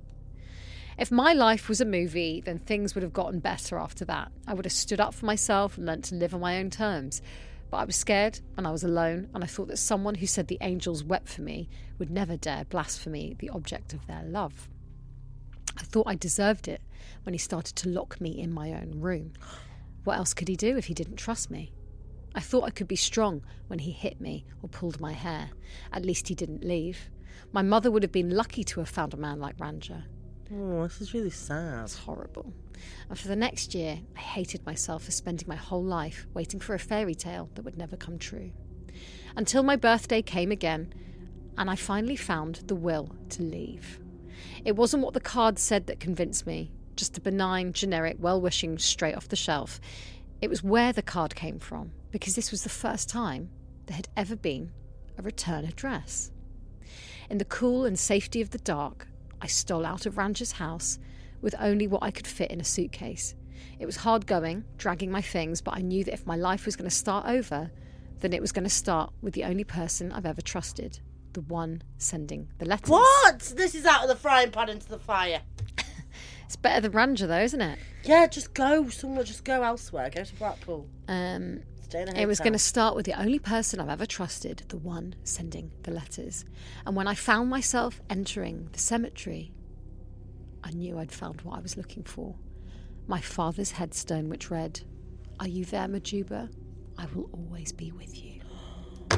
Speaker 1: If my life was a movie, then things would have gotten better after that. I would have stood up for myself and learnt to live on my own terms. But I was scared and I was alone, and I thought that someone who said the angels wept for me would never dare blasphemy the object of their love. I thought I deserved it when he started to lock me in my own room. What else could he do if he didn't trust me? I thought I could be strong when he hit me or pulled my hair. At least he didn't leave. My mother would have been lucky to have found a man like Ranja.
Speaker 2: Oh, this is really sad.
Speaker 1: It's horrible. And for the next year, I hated myself for spending my whole life waiting for a fairy tale that would never come true. Until my birthday came again, and I finally found the will to leave. It wasn't what the card said that convinced me, just a benign, generic, well wishing straight off the shelf. It was where the card came from, because this was the first time there had ever been a return address. In the cool and safety of the dark, I stole out of Ranja's house with only what I could fit in a suitcase. It was hard going, dragging my things, but I knew that if my life was going to start over, then it was going to start with the only person I've ever trusted, the one sending the letters.
Speaker 2: What? This is out of the frying pan into the fire.
Speaker 1: It's better than Ranja, though, isn't it?
Speaker 2: Yeah, just go somewhere. Just go elsewhere. Go to Blackpool.
Speaker 1: Um,
Speaker 2: Stay in a
Speaker 1: It was
Speaker 2: hotel.
Speaker 1: going to start with the only person I've ever trusted, the one sending the letters. And when I found myself entering the cemetery, I knew I'd found what I was looking for my father's headstone, which read, Are you there, Majuba? I will always be with you.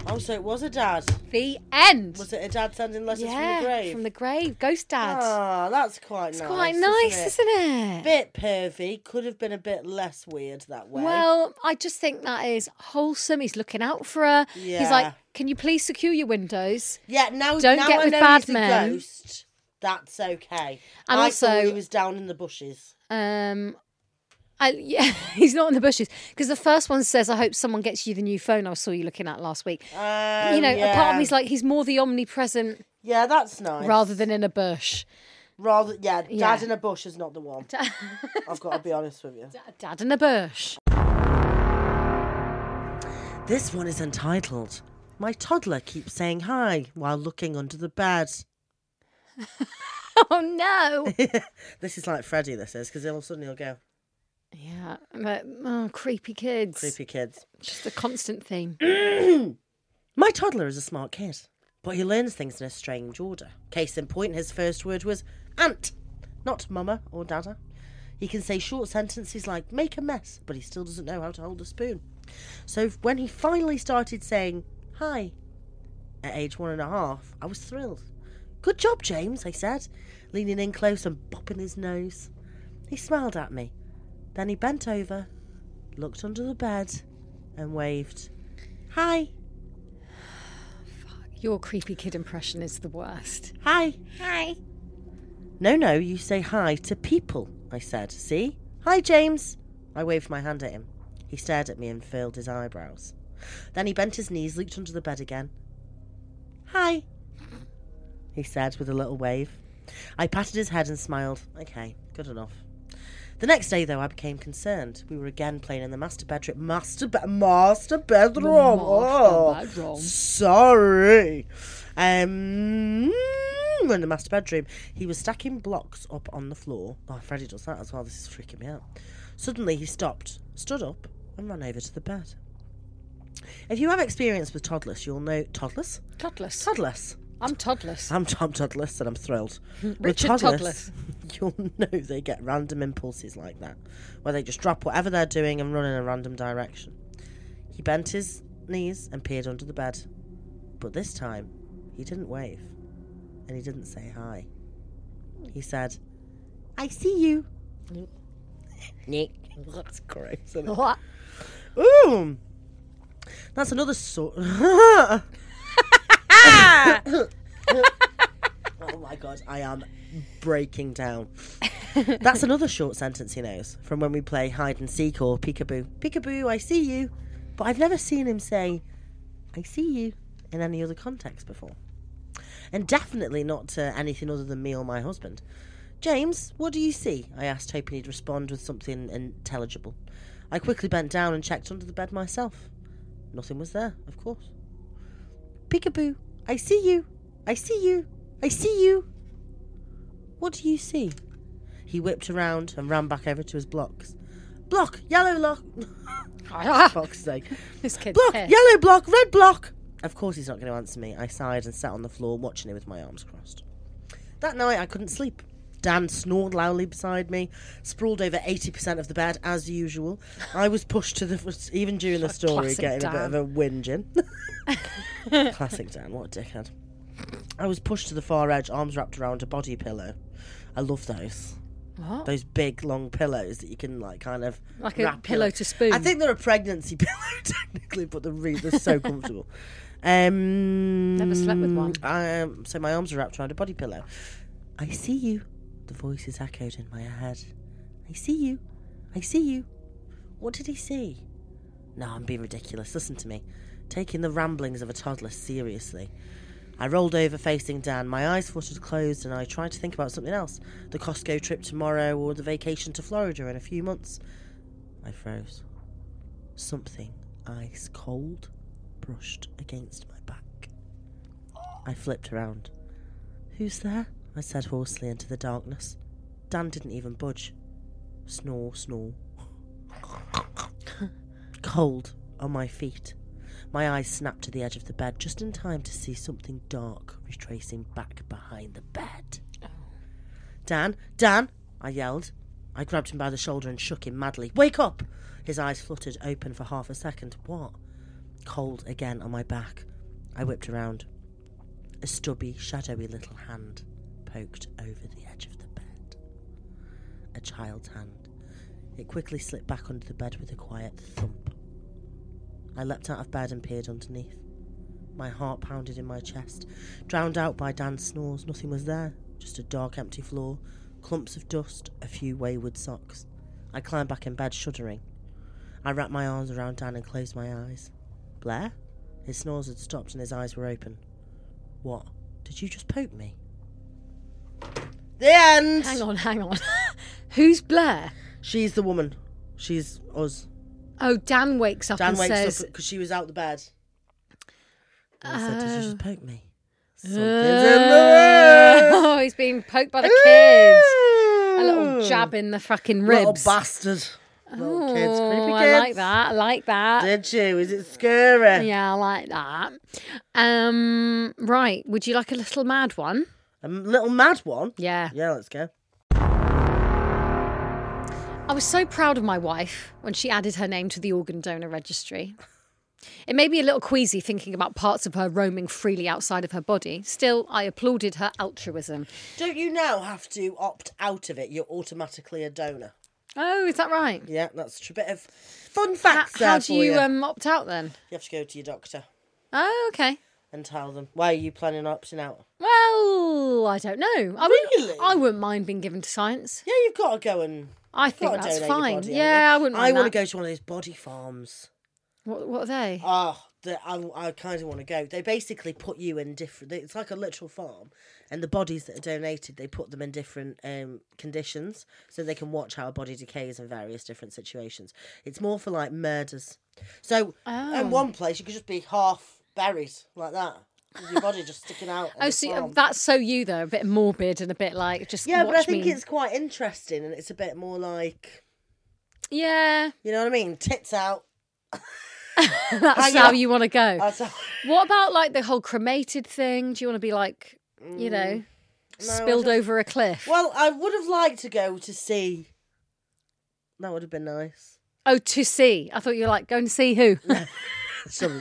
Speaker 2: Oh, so it was a dad.
Speaker 1: The end.
Speaker 2: Was it a dad sending letters
Speaker 1: yeah,
Speaker 2: from the grave?
Speaker 1: grave. Ghost dad.
Speaker 2: Ah, that's quite
Speaker 1: it's
Speaker 2: nice.
Speaker 1: quite nice,
Speaker 2: isn't it?
Speaker 1: isn't it?
Speaker 2: bit pervy. Could have been a bit less weird that way.
Speaker 1: Well, I just think that is wholesome. He's looking out for her. He's
Speaker 2: Yeah.
Speaker 1: like, Can you please secure your windows?
Speaker 2: yeah. Now,
Speaker 1: don't
Speaker 2: now
Speaker 1: get
Speaker 2: I
Speaker 1: with
Speaker 2: know
Speaker 1: bad
Speaker 2: he's a
Speaker 1: men.
Speaker 2: ghost. That's okay.
Speaker 1: And
Speaker 2: I
Speaker 1: also-
Speaker 2: thought he was down in the bushes.
Speaker 1: Um, I, yeah, he's not in the bushes because the first one says, "I hope someone gets you the new phone I saw you looking at last week."
Speaker 2: Um,
Speaker 1: you know,
Speaker 2: yeah.
Speaker 1: apart from he's like he's more the omnipresent
Speaker 2: yeah, that's nice.
Speaker 1: rather than in a bush.
Speaker 2: rather, yeah,
Speaker 1: Yeah.
Speaker 2: dad in a bush is not the one. I've got to be honest with you.
Speaker 1: Dad in a bush.
Speaker 2: This one is entitled "My Toddler Keeps Saying Hi While Looking Under the Bed."
Speaker 1: Oh no!
Speaker 2: This is like Freddy. This is because he'll suddenly he'll go
Speaker 1: yeah, but, oh, creepy kids.
Speaker 2: creepy kids.
Speaker 1: Just a constant theme.
Speaker 2: My toddler is a smart kid, but he learns things in a strange order. Case in point, his first word was aunt, not mama or dada. He can say short sentences like make a mess, but he still doesn't know how to hold a spoon. So when he finally started saying hi at age one and a half, I was thrilled. Good job, James, I said, leaning in close and bopping his nose. He smiled at me. Then he bent over, looked under the bed, and waved. Hi,
Speaker 1: Your creepy kid impression is the worst.
Speaker 2: hi. No, no, you say hi to people, I said. See? Hi, James. I waved my hand at him. He stared at me and furled his eyebrows. Then he bent his knees, looked under the bed again. Hi, he said with a little wave. I patted his head and smiled. Okay, good enough. The next day, though, I became concerned. We were again playing in the master bedroom. Master, be- master bedroom. Oh,
Speaker 1: Master bedroom.
Speaker 2: Sorry. Um, we're in the master bedroom. He was stacking blocks up on the floor. Oh, Freddie does that as well. This is freaking me out. Suddenly, he stopped, stood up, and ran over to the bed. If you have experience with toddlers, you'll know toddlers
Speaker 1: Toddlers.
Speaker 2: toddlers.
Speaker 1: I'm toddless.
Speaker 2: I'm Tom Toddless and I'm thrilled. With
Speaker 1: Richard
Speaker 2: toddlers, You'll know they get random impulses like that, where they just drop whatever they're doing and run in a random direction. He bent his knees and peered under the bed. But this time, he didn't wave and he didn't say hi. He said, I see you. Nick. That's gross. isn't it?
Speaker 1: What?
Speaker 2: Ooh. That's another sort. oh Oh my god, I am breaking down. That's another short sentence he knows from when we play hide and seek or peekaboo. Peekaboo, I see you. But I've never seen him say, I see you in any other context before. And definitely not to anything other than me or my husband. James, what do you see? I asked, hoping he'd respond with something intelligible. I quickly bent down and checked under the bed myself. Nothing was there, of course. Peekaboo, I see you. I see you. I see you. What do you see? He whipped around and ran back over to his blocks. Block, yellow block.
Speaker 1: Ah,
Speaker 2: Fuck's sake.
Speaker 1: this kid's
Speaker 2: Block,
Speaker 1: here.
Speaker 2: yellow block, red block. Of course he's not going to answer me. I sighed and sat on the floor watching him with my arms crossed. That night I couldn't sleep. Dan snored loudly beside me, sprawled over 80% of the bed as usual. I was pushed to the even during the story
Speaker 1: classic
Speaker 2: getting a bit
Speaker 1: Dan.
Speaker 2: of a whinge in. classic Dan, what a dickhead. I was pushed to the far edge, arms wrapped around a body pillow. I love those.
Speaker 1: What?
Speaker 2: Those big long pillows that you can like kind of
Speaker 1: Like a
Speaker 2: wrap your
Speaker 1: pillow
Speaker 2: leg-
Speaker 1: to spoon.
Speaker 2: I think they're a pregnancy pillow technically, but they're, re- they're so comfortable. Um,
Speaker 1: Never slept with one.
Speaker 2: Um, so my arms are wrapped around a body pillow. I see you. The voices echoed in my head. I see you. I see you. What did he see? No, I'm being ridiculous. Listen to me. Taking the ramblings of a toddler seriously. I rolled over facing Dan, my eyes fluttered closed, and I tried to think about something else the Costco trip tomorrow or the vacation to Florida in a few months. I froze. Something ice cold brushed against my back. I flipped around. Who's there? I said hoarsely into the darkness. Dan didn't even budge. Snore, snore. Cold on my feet. My eyes snapped to the edge of the bed just in time to see something dark retracing back behind the bed. Dan, Dan, I yelled. I grabbed him by the shoulder and shook him madly. Wake up! His eyes fluttered open for half a second. What? Cold again on my back. I whipped around. A stubby, shadowy little hand poked over the edge of the bed. A child's hand. It quickly slipped back under the bed with a quiet thump. I leapt out of bed and peered underneath. My heart pounded in my chest. Drowned out by Dan's snores, nothing was there. Just a dark, empty floor, clumps of dust, a few wayward socks. I climbed back in bed, shuddering. I wrapped my arms around Dan and closed my eyes. Blair? His snores had stopped and his eyes were open. What? Did you just poke me? The end!
Speaker 1: Hang on, hang on. Who's Blair?
Speaker 2: She's the woman. She's us.
Speaker 1: Oh, Dan wakes up
Speaker 2: Dan
Speaker 1: and
Speaker 2: wakes
Speaker 1: says,
Speaker 2: up because she was out the bed. And I said, "Did you just poke me?" Something's
Speaker 1: "Oh, he's being poked by the kids." A little jab in the fucking ribs.
Speaker 2: Little bastard. Little kids,
Speaker 1: Oh,
Speaker 2: creepy
Speaker 1: I
Speaker 2: kids.
Speaker 1: like that. I like that.
Speaker 2: Did you? Is it scary?
Speaker 1: Yeah, I like that. Um, right. Would you like a little mad one?
Speaker 2: A m- little mad one.
Speaker 1: Yeah.
Speaker 2: Yeah, let's go.
Speaker 1: I was so proud of my wife when she added her name to the organ donor registry. It made me a little queasy thinking about parts of her roaming freely outside of her body. Still, I applauded her altruism.
Speaker 2: Don't you now have to opt out of it? You're automatically a donor.
Speaker 1: Oh, is that right?
Speaker 2: Yeah, that's a bit of fun
Speaker 1: How,
Speaker 2: facts.
Speaker 1: how
Speaker 2: there
Speaker 1: do
Speaker 2: for
Speaker 1: you um, opt out then?
Speaker 2: you have to go to your doctor
Speaker 1: Oh, okay.
Speaker 2: and tell them why are you planning on opting out.
Speaker 1: Well, I don't know. I wouldn't-
Speaker 2: Really?
Speaker 1: I wouldn't mind being given to science.
Speaker 2: Yeah, you've got to go and
Speaker 1: I think
Speaker 2: Gotta
Speaker 1: that's
Speaker 2: donate your
Speaker 1: fine.
Speaker 2: body,
Speaker 1: yeah, I
Speaker 2: haven't you?
Speaker 1: wouldn't.
Speaker 2: I
Speaker 1: Mind
Speaker 2: want to
Speaker 1: that.
Speaker 2: go to one of those body farms.
Speaker 1: What, what are they?
Speaker 2: Oh, the, I, I kind of want to go. They basically put you in different. It's like a literal farm, and the bodies that are donated, they put them in different um, conditions so they can watch how a body decays in various different situations. It's more for like murders. So
Speaker 1: Oh.
Speaker 2: in one place, you could just be half buried like that, with your body just sticking out. on
Speaker 1: Oh,
Speaker 2: the
Speaker 1: so
Speaker 2: farm.
Speaker 1: that's so you though, a bit morbid and a bit like just
Speaker 2: yeah, but I
Speaker 1: watch
Speaker 2: think
Speaker 1: me.
Speaker 2: it's quite interesting, and it's a bit more like
Speaker 1: yeah.
Speaker 2: you know what I mean. Tits out.
Speaker 1: That's
Speaker 2: yeah.
Speaker 1: how you want to go.
Speaker 2: That's how-
Speaker 1: what about like the whole cremated thing? Do you want to be like, you know,
Speaker 2: Mm, I
Speaker 1: spilled
Speaker 2: don't-
Speaker 1: over a cliff?
Speaker 2: Well, I would have liked to go to see. That would have been nice.
Speaker 1: Oh, to see. I thought you were like, go and see who.
Speaker 2: Some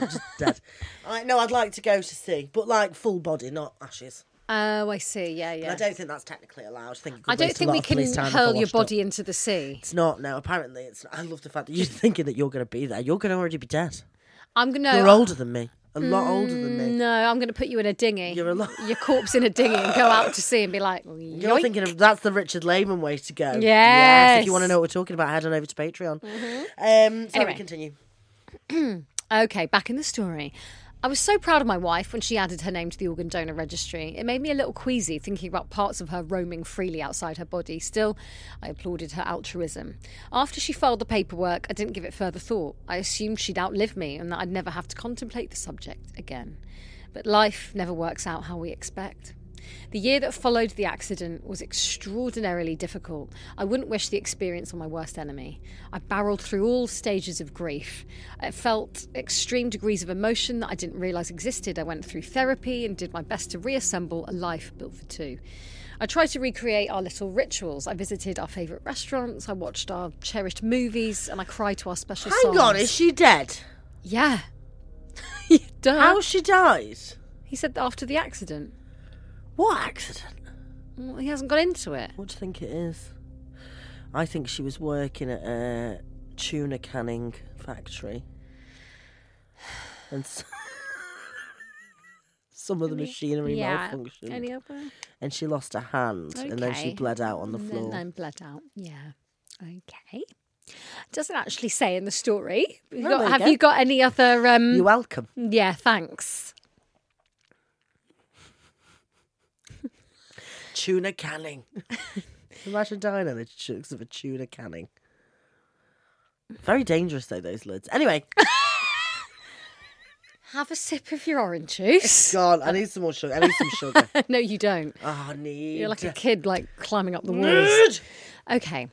Speaker 2: just dead. I no, I'd like to go to see, but like full body, not ashes.
Speaker 1: oh, I see. Yeah,
Speaker 2: And
Speaker 1: yeah.
Speaker 2: I don't think that's technically allowed. I think you could
Speaker 1: I don't
Speaker 2: waste a
Speaker 1: think
Speaker 2: lot
Speaker 1: we
Speaker 2: of police
Speaker 1: can
Speaker 2: time if I
Speaker 1: hurl your
Speaker 2: washed up.
Speaker 1: body into the sea.
Speaker 2: It's not. No, apparently it's. Not. I love the fact that you're thinking that you're going to be there. You're going to already be dead.
Speaker 1: I'm gonna. Mm,
Speaker 2: You're older than me. A lot older than me.
Speaker 1: No, I'm gonna put you in a dinghy.
Speaker 2: You're a lot-
Speaker 1: Your corpse in a dinghy and go out to sea and be like,
Speaker 2: You're
Speaker 1: yoink.
Speaker 2: thinking of that's the Richard Lehman way to go. If you want to
Speaker 1: Yes. Mm-hmm.
Speaker 2: know what we're talking about, head on over to Patreon. Um, sorry,
Speaker 1: Anyway.
Speaker 2: continue.
Speaker 1: Okay, back in the story. I was so proud of my wife when she added her name to the organ donor registry. It made me a little queasy thinking about parts of her roaming freely outside her body. Still, I applauded her altruism. After she filed the paperwork, I didn't give it further thought. I assumed she'd outlive me and that I'd never have to contemplate the subject again. But life never works out how we expect. The year that followed the accident was extraordinarily difficult. I wouldn't wish the experience on my worst enemy. I barreled through all stages of grief. I felt extreme degrees of emotion that I didn't realise existed. I went through therapy and did my best to reassemble a life built for two. I tried to recreate our little rituals. I visited our favourite restaurants, I watched our cherished movies, and I cried to our special
Speaker 2: Hang
Speaker 1: songs.
Speaker 2: on, is she dead?
Speaker 1: Yeah. Duh.
Speaker 2: How she died?
Speaker 1: He said that after the accident.
Speaker 2: What accident?
Speaker 1: Well, he hasn't got into it.
Speaker 2: What do you think it is? I think she was working at a tuna canning factory. And s- some of the machinery malfunctioned.
Speaker 1: Any other?
Speaker 2: and she lost her hand and then she
Speaker 1: Okay.
Speaker 2: bled out on the
Speaker 1: And
Speaker 2: floor.
Speaker 1: then I'm bled out. Yeah. Okay. Doesn't actually say in the story. Have you
Speaker 2: No,
Speaker 1: got,
Speaker 2: there you
Speaker 1: have
Speaker 2: go.
Speaker 1: you got any other? Um,
Speaker 2: You're welcome.
Speaker 1: yeah. Thanks.
Speaker 2: Tuna canning. Imagine dying on the chooks of a tuna canning. Very dangerous though those lids. Anyway,
Speaker 1: Have a sip of your orange juice.
Speaker 2: God, I need some more sugar. I need some sugar.
Speaker 1: no, you don't.
Speaker 2: Oh, I need.
Speaker 1: You're like a kid, like climbing up the walls.
Speaker 2: Nerd!
Speaker 1: Okay.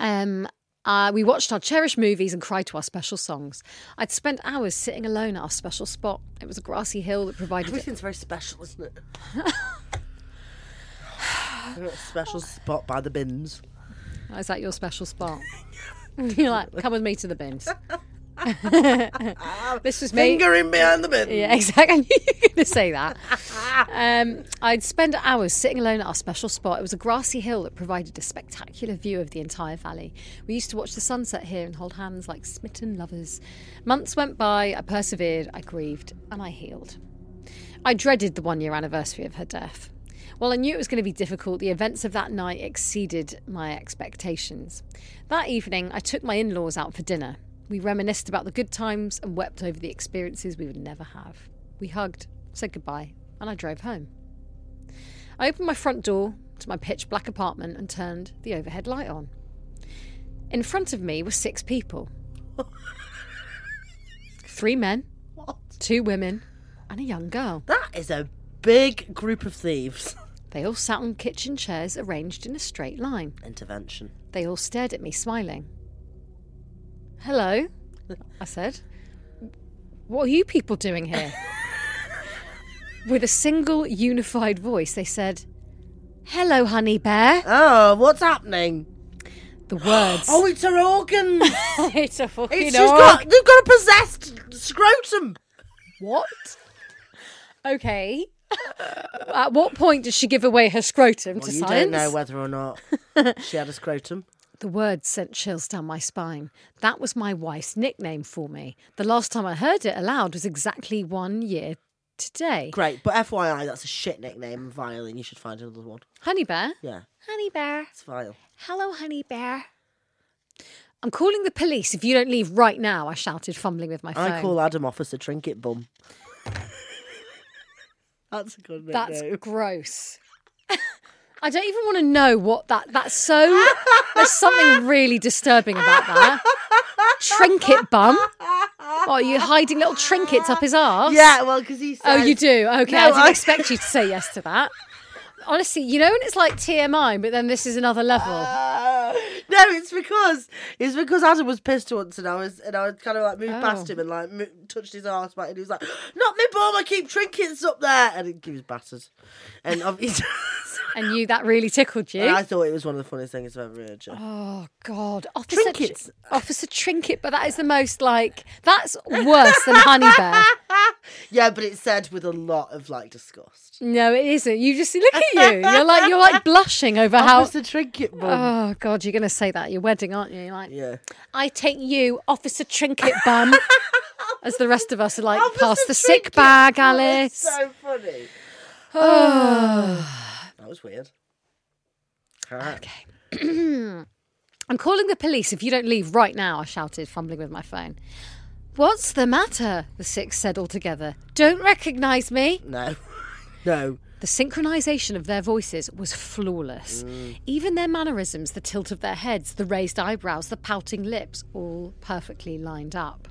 Speaker 1: Um, uh, we watched our cherished movies and cried to our special songs. I'd spent hours sitting alone at our special spot. It was a grassy hill that provided
Speaker 2: Everything's very special, isn't it? We're at a special spot by the bins.
Speaker 1: Is that your special spot? You're like, come with me to the bins. this was me.
Speaker 2: Fingering behind the bin.
Speaker 1: Yeah, exactly. I knew you were going to say that. Um, I'd spend hours sitting alone at our special spot. It was a grassy hill that provided a spectacular view of the entire valley. We used to watch the sunset here and hold hands like smitten lovers. Months went by. I persevered. I grieved, and I healed. I dreaded the one year anniversary of her death. While I knew it was going to be difficult, the events of that night exceeded my expectations. That evening, I took my in laws out for dinner. We reminisced about the good times and wept over the experiences we would never have. We hugged, said goodbye, and I drove home. I opened my front door to my pitch black apartment and turned the overhead light on. In front of me were six people three men, two women, and a young girl.
Speaker 2: That is a big group of thieves.
Speaker 1: They all sat on kitchen chairs arranged in a straight line.
Speaker 2: Intervention.
Speaker 1: They all stared at me, smiling. Hello, I said. What are you people doing here? With a single unified voice, they said, Hello, honey bear.
Speaker 2: Oh, what's happening?
Speaker 1: The words.
Speaker 2: Oh, it's her organs.
Speaker 1: it's a fucking
Speaker 2: It's just got they've got a possessed scrotum.
Speaker 1: What? Okay. At what point does she give away her scrotum
Speaker 2: Well,
Speaker 1: to
Speaker 2: you
Speaker 1: science?
Speaker 2: don't know whether or not she had a scrotum.
Speaker 1: The words sent chills down my spine. That was my wife's nickname for me. The last time I heard it aloud was exactly one year today.
Speaker 2: Great, but FYI, that's a shit nickname. Violin. You should find another one.
Speaker 1: Honey bear.
Speaker 2: Yeah,
Speaker 1: Honey bear.
Speaker 2: it's vile.
Speaker 1: Hello, honey bear. I'm calling the police if you don't leave right now, I shouted, fumbling with my phone.
Speaker 2: I call Adam Officer Trinket Bum. that's a good nickname.
Speaker 1: That's gross. I don't even want to know what that that's so there's something really disturbing about that. Trinket bum? Oh, are you hiding little trinkets up his arse?
Speaker 2: Yeah, well, because he says.
Speaker 1: Oh, you do? Okay, I
Speaker 2: No,
Speaker 1: didn't
Speaker 2: I-
Speaker 1: expect you to say yes to that. Honestly, you know when it's like TMI, but then this is another level.
Speaker 2: Uh, No, it's because it's because Adam was pissed once, and I was and I was kind of like moved past
Speaker 1: Oh.
Speaker 2: him and like mo- touched his arse back, and he was like, "Not me bum! I keep trinkets up there," and he was battered. And obviously,
Speaker 1: and you that really tickled you.
Speaker 2: I thought it was one of the funniest things I've ever heard. Jill.
Speaker 1: Oh God, Officer Tr-
Speaker 2: Trinkets.
Speaker 1: Officer Trinket, but that is the most like that's worse than Honey Bear.
Speaker 2: Yeah, but it said with a lot of like disgust.
Speaker 1: No, it isn't. You just look at you. You're like you're like blushing over how.
Speaker 2: Officer Trinket Bum.
Speaker 1: Oh God, you're going to say that at your wedding, aren't you? You're like,
Speaker 2: yeah.
Speaker 1: I take you, Officer Trinket Bum, as the rest of us are like
Speaker 2: Officer
Speaker 1: past the sick
Speaker 2: Trinket
Speaker 1: bag,
Speaker 2: Bum was
Speaker 1: Alice.
Speaker 2: So funny.
Speaker 1: Oh.
Speaker 2: That was weird.
Speaker 1: Okay. I'm calling the police if you don't leave right now, I shouted, fumbling with my phone. What's the matter? The six said altogether. Don't recognise me.
Speaker 2: No. no.
Speaker 1: The synchronization of their voices was flawless. Even their mannerisms, the tilt of their heads, the raised eyebrows, the pouting lips, all perfectly lined up.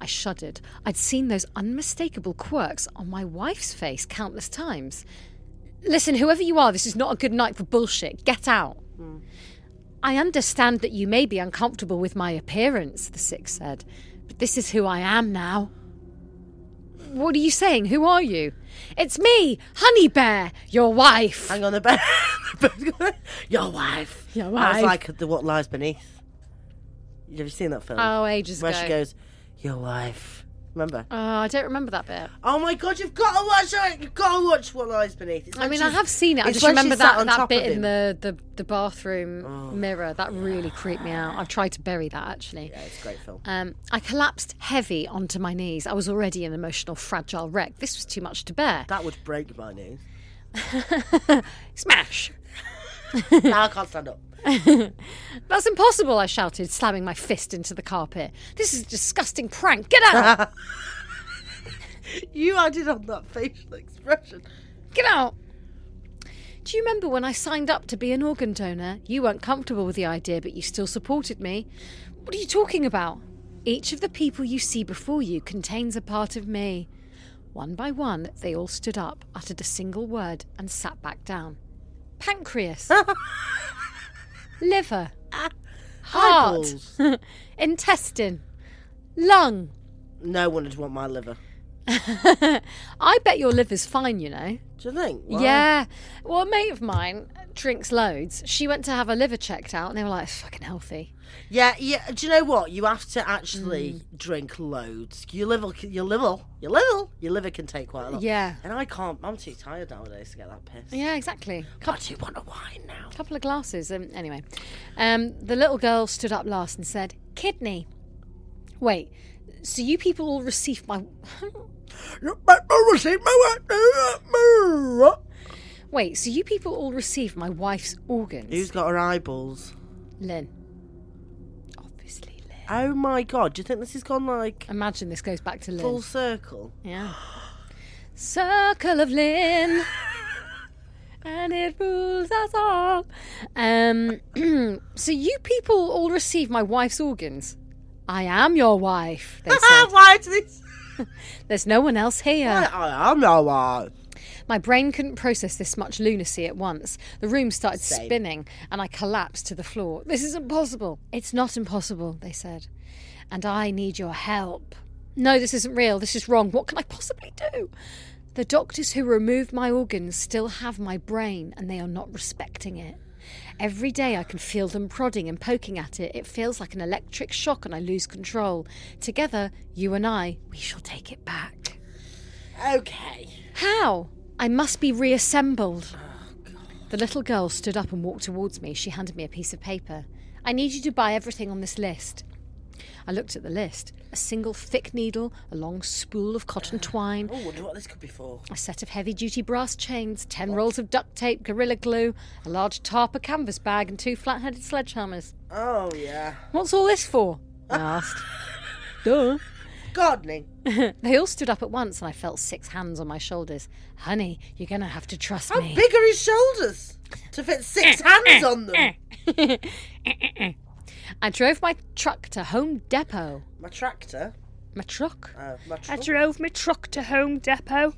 Speaker 1: I shuddered. I'd seen those unmistakable quirks on my wife's face countless times. Listen, whoever you are, this is not a good night for bullshit. Get out.
Speaker 2: Hmm.
Speaker 1: I understand that you may be uncomfortable with my appearance, the six said, but this is who I am now. What are you saying? Who are you? It's me, Honey Bear, your wife.
Speaker 2: Hang on the bed. Your wife.
Speaker 1: Your
Speaker 2: That's
Speaker 1: wife.
Speaker 2: like the What Lies Beneath. Have you seen that film?
Speaker 1: Oh, ages
Speaker 2: Where
Speaker 1: ago.
Speaker 2: she goes, Your wife. Remember?
Speaker 1: Oh, I don't remember that bit.
Speaker 2: Oh my god, you've got to watch it. You've got to watch What Lies Beneath. It's
Speaker 1: I
Speaker 2: when
Speaker 1: mean, I
Speaker 2: she's-
Speaker 1: have seen it. I
Speaker 2: it's
Speaker 1: just
Speaker 2: when she
Speaker 1: remember
Speaker 2: sat
Speaker 1: that,
Speaker 2: on
Speaker 1: that
Speaker 2: top of
Speaker 1: bit in
Speaker 2: him. Oh.
Speaker 1: the, the, the bathroom mirror. That really creeped me out. I've tried to bury that, actually.
Speaker 2: Yeah, it's a great film.
Speaker 1: Um, I collapsed heavy onto my knees. I was already an emotional, fragile wreck. This was too much to bear.
Speaker 2: That would break my knees.
Speaker 1: Smash!
Speaker 2: now I can't stand up.
Speaker 1: That's impossible, I shouted, slamming my fist into the carpet. This is a disgusting prank. Get out!
Speaker 2: You added on that facial expression.
Speaker 1: Get out! Do you remember when I signed up to be an organ donor? You weren't comfortable with the idea, but you still supported me. What are you talking about? Each of the people you see before you contains a part of me. One by one, they all stood up, uttered a single word, and sat back down. Pancreas. liver. Heart.
Speaker 2: Eyeballs.
Speaker 1: Intestine. Lung.
Speaker 2: No one would want my liver.
Speaker 1: I bet your liver's fine, you know.
Speaker 2: Do you think? Why?
Speaker 1: Yeah. Well, a mate of mine drinks loads. She went to have her liver checked out, and they were like, it's fucking healthy.
Speaker 2: Yeah, yeah. Do you know what? You have to actually drink loads. Your liver, c- your liver, your liver, your liver can take quite a lot.
Speaker 1: Yeah.
Speaker 2: And I can't. I'm too tired nowadays to get that piss.
Speaker 1: Yeah, exactly.
Speaker 2: God, do you want a wine now?
Speaker 1: A couple of glasses. Um, anyway, um, the little girl stood up last and said, kidney. Wait, so you people all received my. Wait, so you people all received my wife's organs?
Speaker 2: Who's got her eyeballs?
Speaker 1: Lynn. Obviously, Lynn.
Speaker 2: Oh my god! Do you think this has gone like
Speaker 1: Imagine this goes back to Lynn.
Speaker 2: full circle?
Speaker 1: Yeah. Circle of Lynn. And it rules us all. Um, so you people all receive my wife's organs. I am your wife, they said.
Speaker 2: Why do this?
Speaker 1: There's no one else here.
Speaker 2: I am no one.
Speaker 1: My brain couldn't process this much lunacy at once. The room started spinning and I collapsed to the floor. This is impossible. It's not impossible, they said. And I need your help. No, this isn't real. This is wrong. What can I possibly do? The doctors who removed my organs still have my brain and they are not respecting it. Every day I can feel them prodding and poking at it. It feels like an electric shock and I lose control. Together, you and I, we shall take it back.
Speaker 2: Okay.
Speaker 1: How? I must be reassembled. The little girl stood up and walked towards me. She handed me a piece of paper. I need you to buy everything on this list. I looked at the list a single thick needle, a long spool of cotton twine,
Speaker 2: Oh, wonder what this could be for.
Speaker 1: a set of heavy duty brass chains, ten rolls of duct tape, gorilla glue, a large tarp, a canvas bag, and two flat headed sledgehammers.
Speaker 2: Oh yeah.
Speaker 1: What's all this for? I asked. Duh.
Speaker 2: Gardening.
Speaker 1: They all stood up at once, and I felt six hands on my shoulders. Honey, you're going to have to trust
Speaker 2: How
Speaker 1: me. Eh,
Speaker 2: big are his shoulders to fit six hands on them?
Speaker 1: I drove my truck to Home Depot.
Speaker 2: My tractor.
Speaker 1: My truck?
Speaker 2: Uh, my
Speaker 4: I
Speaker 2: truck.
Speaker 4: drove my truck to Home Depot.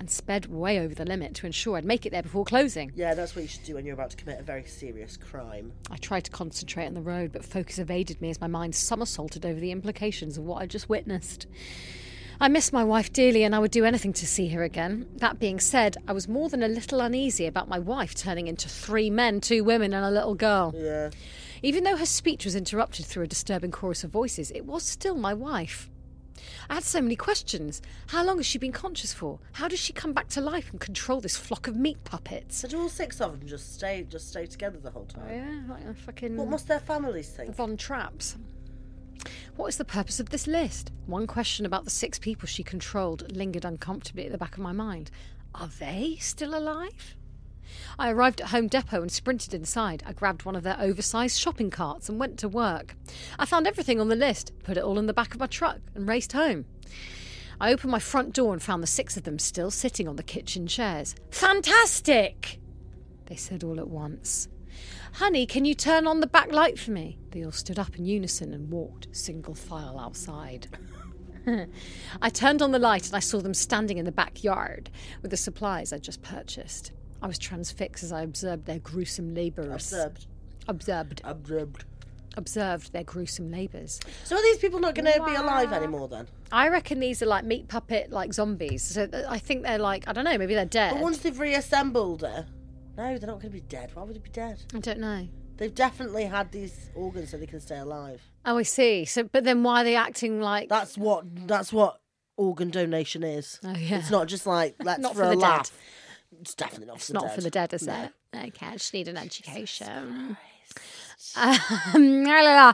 Speaker 1: and sped way over the limit to ensure I'd make it there before closing.
Speaker 2: Yeah, that's what you should do when you're about to commit a very serious crime.
Speaker 1: I tried to concentrate on the road, but focus evaded me as my mind somersaulted over the implications of what I'd just witnessed. I missed my wife dearly and I would do anything to see her again. That being said, I was more than a little uneasy about my wife turning into three men, two women, and a little girl.
Speaker 2: Yeah.
Speaker 1: Even though her speech was interrupted through a disturbing chorus of voices, it was still my wife. I had so many questions. How long has she been conscious for? How does she come back to life and control this flock of meat puppets?
Speaker 2: So do all six of them just stay just stay together the whole time?
Speaker 1: Oh, Yeah, like a fucking.
Speaker 2: What must their families
Speaker 1: The
Speaker 2: think?
Speaker 1: Von Traps. What is the purpose of this list? One question about the six people she controlled lingered uncomfortably at the back of my mind. Are they still alive? I arrived at Home Depot and sprinted inside. I grabbed one of their oversized shopping carts and went to work. I found everything on the list, put it all in the back of my truck, and raced home. I opened my front door and found the six of them still sitting on the kitchen chairs. Fantastic! They said all at once. Honey, can you turn on the back light for me? They all stood up in unison and walked single file outside. I turned on the light and I saw them standing in the backyard with the supplies I'd just purchased. I was transfixed as I observed their gruesome labours.
Speaker 2: Observed.
Speaker 1: Observed.
Speaker 2: Observed.
Speaker 1: Observed their gruesome labours.
Speaker 2: So are these people not going to be alive anymore then?
Speaker 1: I reckon these are like meat puppet, like zombies. So th- I think they're like, I don't know, maybe they're
Speaker 2: But
Speaker 1: dead.
Speaker 2: once they've reassembled her, no, they're not going to be dead. Why would they be dead?
Speaker 1: I don't know.
Speaker 2: They've definitely had these organs so they can stay alive.
Speaker 1: Oh, I see. So, but then why are they acting like
Speaker 2: That's what that's what organ donation is.
Speaker 1: Oh, yeah.
Speaker 2: It's not just like let's
Speaker 1: Not for
Speaker 2: for, a
Speaker 1: the dead.
Speaker 2: laugh. It's definitely not
Speaker 1: It's
Speaker 2: for the
Speaker 1: not
Speaker 2: dead.
Speaker 1: for the dead, is it? Okay, I just need an education. Um, la, la, la.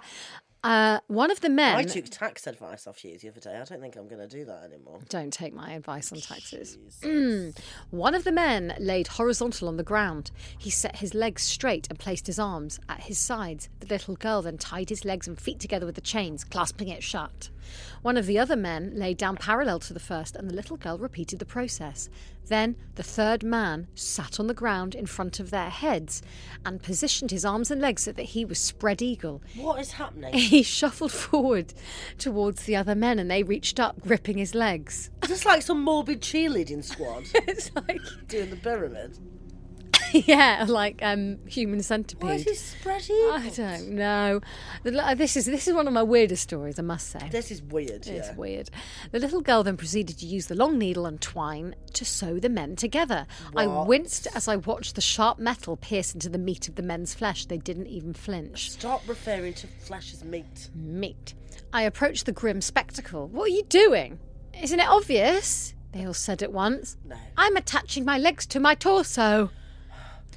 Speaker 1: Uh, one of the men.
Speaker 2: I took tax advice off you the other day. I don't think I'm going to do that anymore.
Speaker 1: Don't take my advice on taxes. Mm. One of the men laid horizontal on the ground. He set his legs straight and placed his arms at his sides. The little girl then tied his legs and feet together with the chains, clasping it shut. One of the other men lay down parallel to the first, and the little girl repeated the process. Then the third man sat on the ground in front of their heads and positioned his arms and legs so that he was spread eagle.
Speaker 2: What is happening?
Speaker 1: He shuffled forward towards the other men and they reached up, gripping his legs.
Speaker 2: is this like some morbid cheerleading squad
Speaker 1: it's like
Speaker 2: doing the pyramid?
Speaker 1: yeah, like um, human centipede.
Speaker 2: Why is he spread eagle?
Speaker 1: I don't know. The li- uh, This is this is one of my weirdest stories, I must say.
Speaker 2: This is weird. Yeah.
Speaker 1: It's weird. The little girl then proceeded to use the long needle and twine to sew the men together. I
Speaker 2: What?
Speaker 1: winced as I watched the sharp metal pierce into the meat of the men's flesh. They didn't even flinch.
Speaker 2: Stop referring to flesh as meat.
Speaker 1: meat. I approached the grim spectacle. What are you doing? Isn't it obvious? They all said at once.
Speaker 2: No.
Speaker 1: I'm attaching my legs to my torso.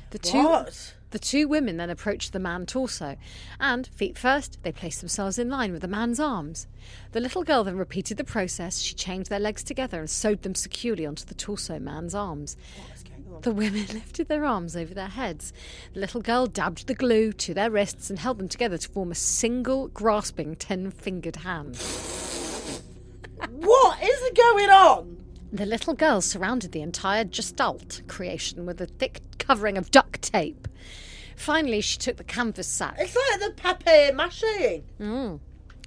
Speaker 1: The two
Speaker 2: What?
Speaker 1: the two women then approached the man torso, and feet first, they placed themselves in line with the man's arms. The little girl then repeated the process. She chained their legs together and sewed them securely onto the torso man's arms. The women lifted their arms over their heads. The little girl dabbed the glue to their wrists and held them together to form a single grasping ten fingered hand.
Speaker 2: What is going on?
Speaker 1: The little girl surrounded the entire gestalt creation with a thick covering of duct tape. Finally, she took the canvas sack.
Speaker 2: It's like the papier mache.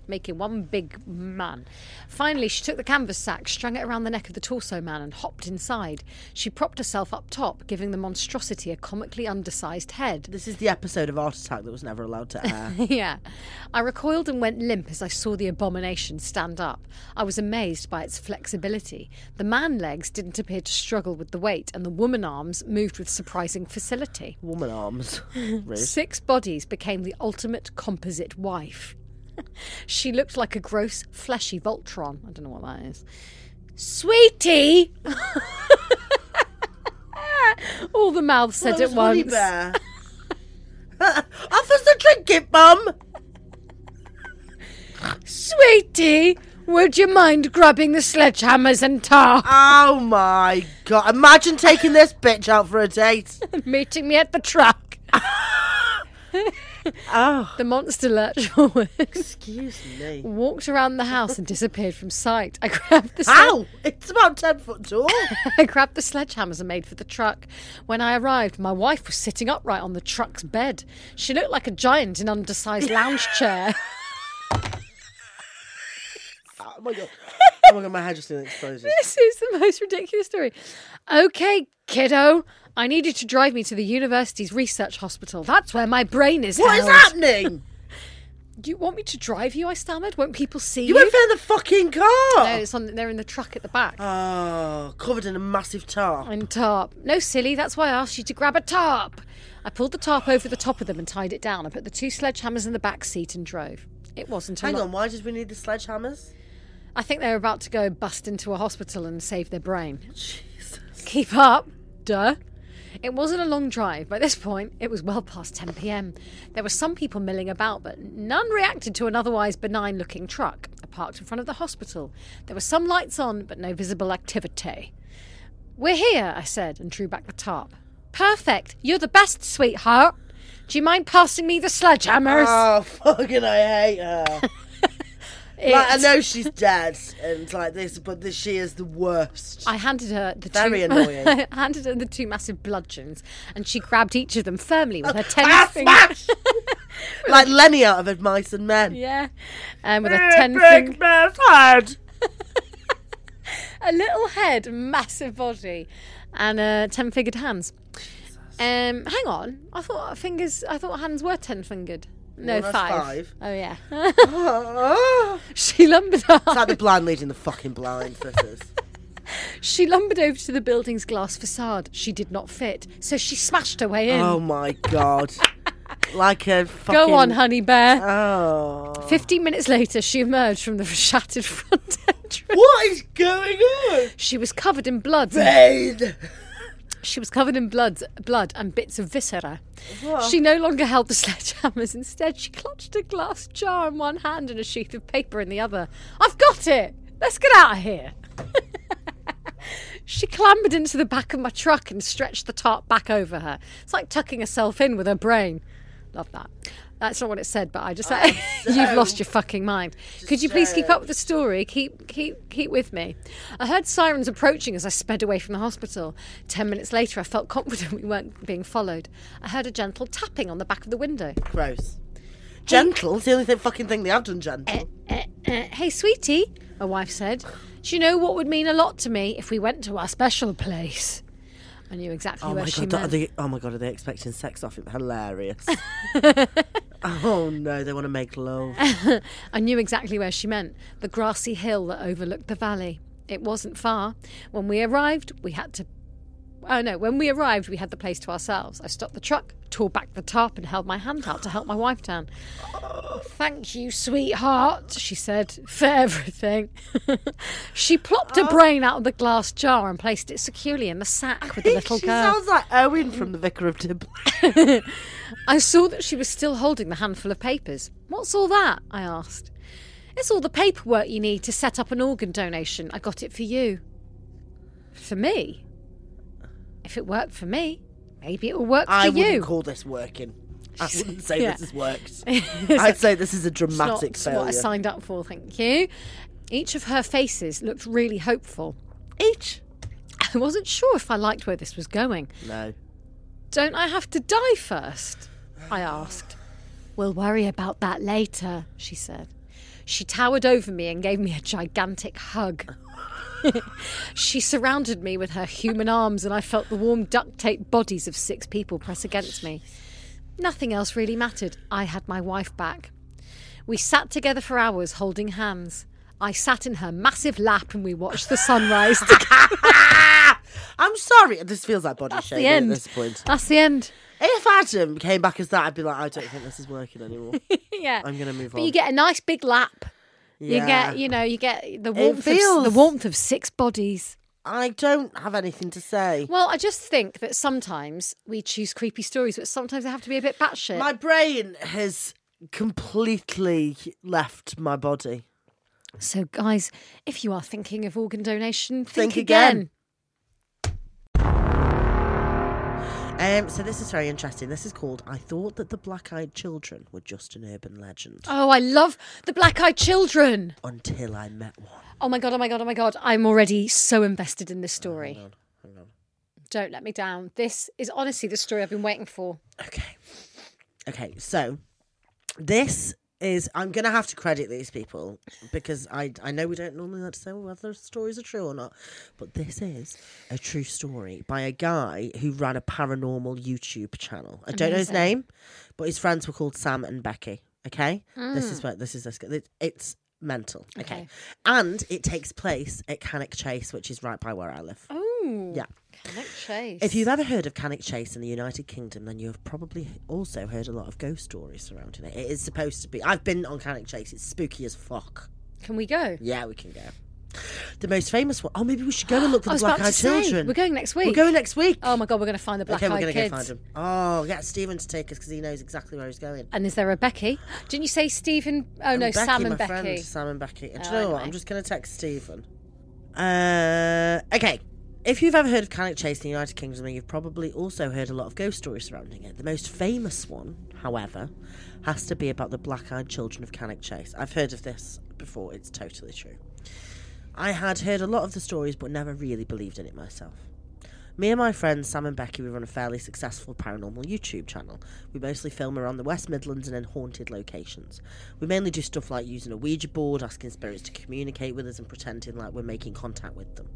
Speaker 1: making one big man. Finally, she took the canvas sack, strung it around the neck of the torso man, and hopped inside. She propped herself up top, giving the monstrosity a comically undersized head.
Speaker 2: This is the episode of Art Attack that was never allowed to air.
Speaker 1: yeah. I recoiled and went limp as I saw the abomination stand up. I was amazed by its flexibility. The man legs didn't appear to struggle with the weight, and the woman arms moved with surprising facility.
Speaker 2: Woman arms. Rude.
Speaker 1: Six bodies became the ultimate composite wife. she looked like a gross, fleshy Voltron. I don't know what that is. Sweetie! All the mouths said
Speaker 2: Well, it
Speaker 1: at
Speaker 2: was Honey
Speaker 1: once.
Speaker 2: Bear. Offers a trinket, Mum.
Speaker 1: Sweetie, would you mind grabbing the sledgehammers and tar?
Speaker 2: Oh my god! Imagine taking this bitch out for a date.
Speaker 1: and meeting me at the truck?
Speaker 2: Oh,
Speaker 1: The monster lurched forward,
Speaker 2: excuse me.
Speaker 1: walked around the house, and disappeared from sight. I grabbed the sledge-
Speaker 2: Ow! It's about ten foot tall.
Speaker 1: I grabbed the sledgehammers and made for the truck. When I arrived, my wife was sitting upright on the truck's bed. She looked like a giant in undersized lounge chair.
Speaker 2: oh my god! Oh my god, my head just did an explosion.
Speaker 1: This is the most ridiculous story. Okay, kiddo, I need you to drive me to the university's research hospital. That's where my brain is.
Speaker 2: What is
Speaker 1: held."
Speaker 2: happening?
Speaker 1: Do you want me to drive you? I stammered. Won't people see
Speaker 2: You
Speaker 1: you?
Speaker 2: went in the fucking car.
Speaker 1: no, it's on. They're in the truck at the back.
Speaker 2: Oh, covered in a massive tar.
Speaker 1: And tarp. No, silly, that's why I asked you to grab a tarp. I pulled the tarp over the top of them and tied it down. I put the two sledgehammers in the back seat and drove. It wasn't a
Speaker 2: Hang
Speaker 1: lot.
Speaker 2: on, why did we need the sledgehammers?
Speaker 1: I think they were about to go bust into a hospital and save their brain.
Speaker 2: Jesus.
Speaker 1: Keep up, duh. It wasn't a long drive. By this point, it was well past 10 pm. There were some people milling about, but none reacted to an otherwise benign looking truck parked in front of the hospital. There were some lights on, but no visible activity. We're here, I said, and drew back the tarp. Perfect. You're the best, sweetheart. Do you mind passing me the sledgehammers?
Speaker 2: Oh, fucking, I hate her. like, I
Speaker 1: It's-
Speaker 2: know she's dead and like this, but this, she is the worst.
Speaker 1: I handed her the
Speaker 2: Very
Speaker 1: two,
Speaker 2: annoying.
Speaker 1: I handed her the two massive bludgeons, and she grabbed each of them firmly with her ten
Speaker 2: Ah,
Speaker 1: fingers.
Speaker 2: smash! like Lenny out of Advice and Men.
Speaker 1: Yeah, um, with a ten finger, a little head, massive body, and uh, ten fingered hands. Um, hang on, I thought fingers. I thought hands were ten fingered. No,
Speaker 2: Well, that's five.
Speaker 1: Oh yeah.
Speaker 2: Ah.
Speaker 1: she lumbered.
Speaker 2: It's like the blind leading the fucking blind, sisters.
Speaker 1: She lumbered over to the building's glass facade. She did not fit, so she smashed her way in.
Speaker 2: Oh my god. Like a fucking.
Speaker 1: Go on, honey bear.
Speaker 2: Oh.
Speaker 1: Fifteen minutes later, she emerged from the shattered front entrance.
Speaker 2: What is going on?
Speaker 1: She was covered in blood.
Speaker 2: Babe!
Speaker 1: She was covered in blood, blood and bits of viscera. She no longer held the sledgehammers. Instead, she clutched a glass jar in one hand and a sheath of paper in the other. I've got it. Let's get out of here. she clambered into the back of my truck and stretched the tarp back over her. It's like tucking herself in with her brain. Love that. That's not what it said, but I just you've lost your fucking mind. Could you please keep up with the story? Keep keep keep with me. I heard sirens approaching as I sped away from the hospital. Ten minutes later, I felt confident we weren't being followed. I heard a gentle tapping on the back of the window.
Speaker 2: Gross. Gentle? It's the only thing, fucking thing they have done gentle.
Speaker 1: Uh, hey, sweetie, my wife said. Do you know what would mean a lot to me if we went to our special place? I knew exactly
Speaker 2: Oh
Speaker 1: where
Speaker 2: my,
Speaker 1: she
Speaker 2: god,
Speaker 1: meant.
Speaker 2: are they, oh my god, are they expecting sex off him? Hilarious. oh no, they want to make love.
Speaker 1: I knew exactly where she meant the grassy hill that overlooked the valley. It wasn't far. When we arrived, we had to. Oh no, when we arrived, we had the place to ourselves. I stopped the truck, tore back the tarp, and held my hand out to help my wife down. Thank you, sweetheart, she said, for everything. she plopped her brain out of the glass jar and placed it securely in the sack with the little
Speaker 2: she
Speaker 1: girl.
Speaker 2: sounds like Owen from The Vicar of Dibley.
Speaker 1: I saw that she was still holding the handful of papers. What's all that? I asked. It's all the paperwork you need to set up an organ donation. I got it for you. For me? If it worked for me, maybe it will work for
Speaker 2: I wouldn't
Speaker 1: you.
Speaker 2: call this working. I wouldn't say
Speaker 1: Yeah.
Speaker 2: this has worked. I'd say this is a dramatic
Speaker 1: It's not
Speaker 2: failure.
Speaker 1: what I signed up for, thank you. Each of her faces looked really hopeful.
Speaker 2: Each?
Speaker 1: I wasn't sure if I liked where this was going.
Speaker 2: No.
Speaker 1: Don't I have to die first? I asked. We'll worry about that later, she said. She towered over me and gave me a gigantic hug. she surrounded me with her human arms, and I felt the warm duct tape bodies of six people press against me. Nothing else really mattered. I had my wife back. We sat together for hours holding hands. I sat in her massive lap and we watched the sunrise together.
Speaker 2: Ah! I'm sorry. This feels like body
Speaker 1: the
Speaker 2: shaming at
Speaker 1: end.
Speaker 2: this point.
Speaker 1: That's the end.
Speaker 2: If Adam came back as that, I'd be like, I don't think this is working anymore.
Speaker 1: Yeah.
Speaker 2: I'm gonna move
Speaker 1: But
Speaker 2: on.
Speaker 1: you get a nice big lap. You
Speaker 2: Yeah.
Speaker 1: get, you know, you get the warmth of the
Speaker 2: feels-
Speaker 1: warmth of six bodies.
Speaker 2: I don't have anything to say.
Speaker 1: Well, I just think that sometimes we choose creepy stories, but sometimes they have to be a bit batshit.
Speaker 2: My brain has completely left my body.
Speaker 1: so, guys, if you are thinking of organ donation, think,
Speaker 2: Think
Speaker 1: again.
Speaker 2: again. Um, so this is very interesting. This is called "I Thought That the Black-Eyed Children Were Just an Urban Legend"
Speaker 1: Oh, I love the black-eyed children.
Speaker 2: until I met one.
Speaker 1: Oh my god! Oh my god! Oh my god! I'm already so invested in this story. Don't let me down. This is honestly the story I've been waiting for.
Speaker 2: Okay, okay. So this is I'm going to have to credit these people because I, I know we don't normally like to say whether stories are true or not, but this is a true story by a guy who ran a paranormal YouTube channel. I don't know his name, but his friends were called Sam and Becky. Okay, this is where this is this. it- It's mental. Okay.
Speaker 1: Okay.
Speaker 2: and it takes place at Cannock Chase, which is right by where I live.
Speaker 1: Oh.
Speaker 2: Yeah.
Speaker 1: Canic Chase.
Speaker 2: If you've ever heard of Cannock Chase in the United Kingdom, then you have probably also heard a lot of ghost stories surrounding it. It is supposed to be. I've been on Cannock Chase. It's spooky as fuck.
Speaker 1: Can we go?
Speaker 2: Yeah, we can go. The most famous one. Oh, maybe we should go and look for
Speaker 1: I
Speaker 2: the
Speaker 1: was
Speaker 2: Black
Speaker 1: about
Speaker 2: Eyed
Speaker 1: to say,
Speaker 2: Children.
Speaker 1: we're going next
Speaker 2: We're
Speaker 1: week.
Speaker 2: going next week.
Speaker 1: Oh my god, we're going to find the black
Speaker 2: okay,
Speaker 1: eyed
Speaker 2: we're gonna
Speaker 1: kids.
Speaker 2: go find him. Oh, get Stephen to take us because he knows exactly where he's going.
Speaker 1: And is there a Becky? Didn't you say Stephen? Oh no,
Speaker 2: Becky,
Speaker 1: Sam and
Speaker 2: my
Speaker 1: Becky.
Speaker 2: Friend, Sam and Becky. And do you
Speaker 1: Oh,
Speaker 2: know what?
Speaker 1: okay.
Speaker 2: I'm just going to text Stephen. Uh, okay. If you've ever heard of Cannock Chase in the United Kingdom, then you've probably also heard a lot of ghost stories surrounding it. The most famous one, however, has to be about the black eyed children of Cannock Chase. I've heard of this before, it's totally true. I had heard a lot of the stories, but never really believed in it myself. Me and my friends Sam and Becky, we run a fairly successful paranormal YouTube channel. We mostly film around the West Midlands and in haunted locations. We mainly do stuff like using a Ouija board, asking spirits to communicate with us, and pretending like we're making contact with them.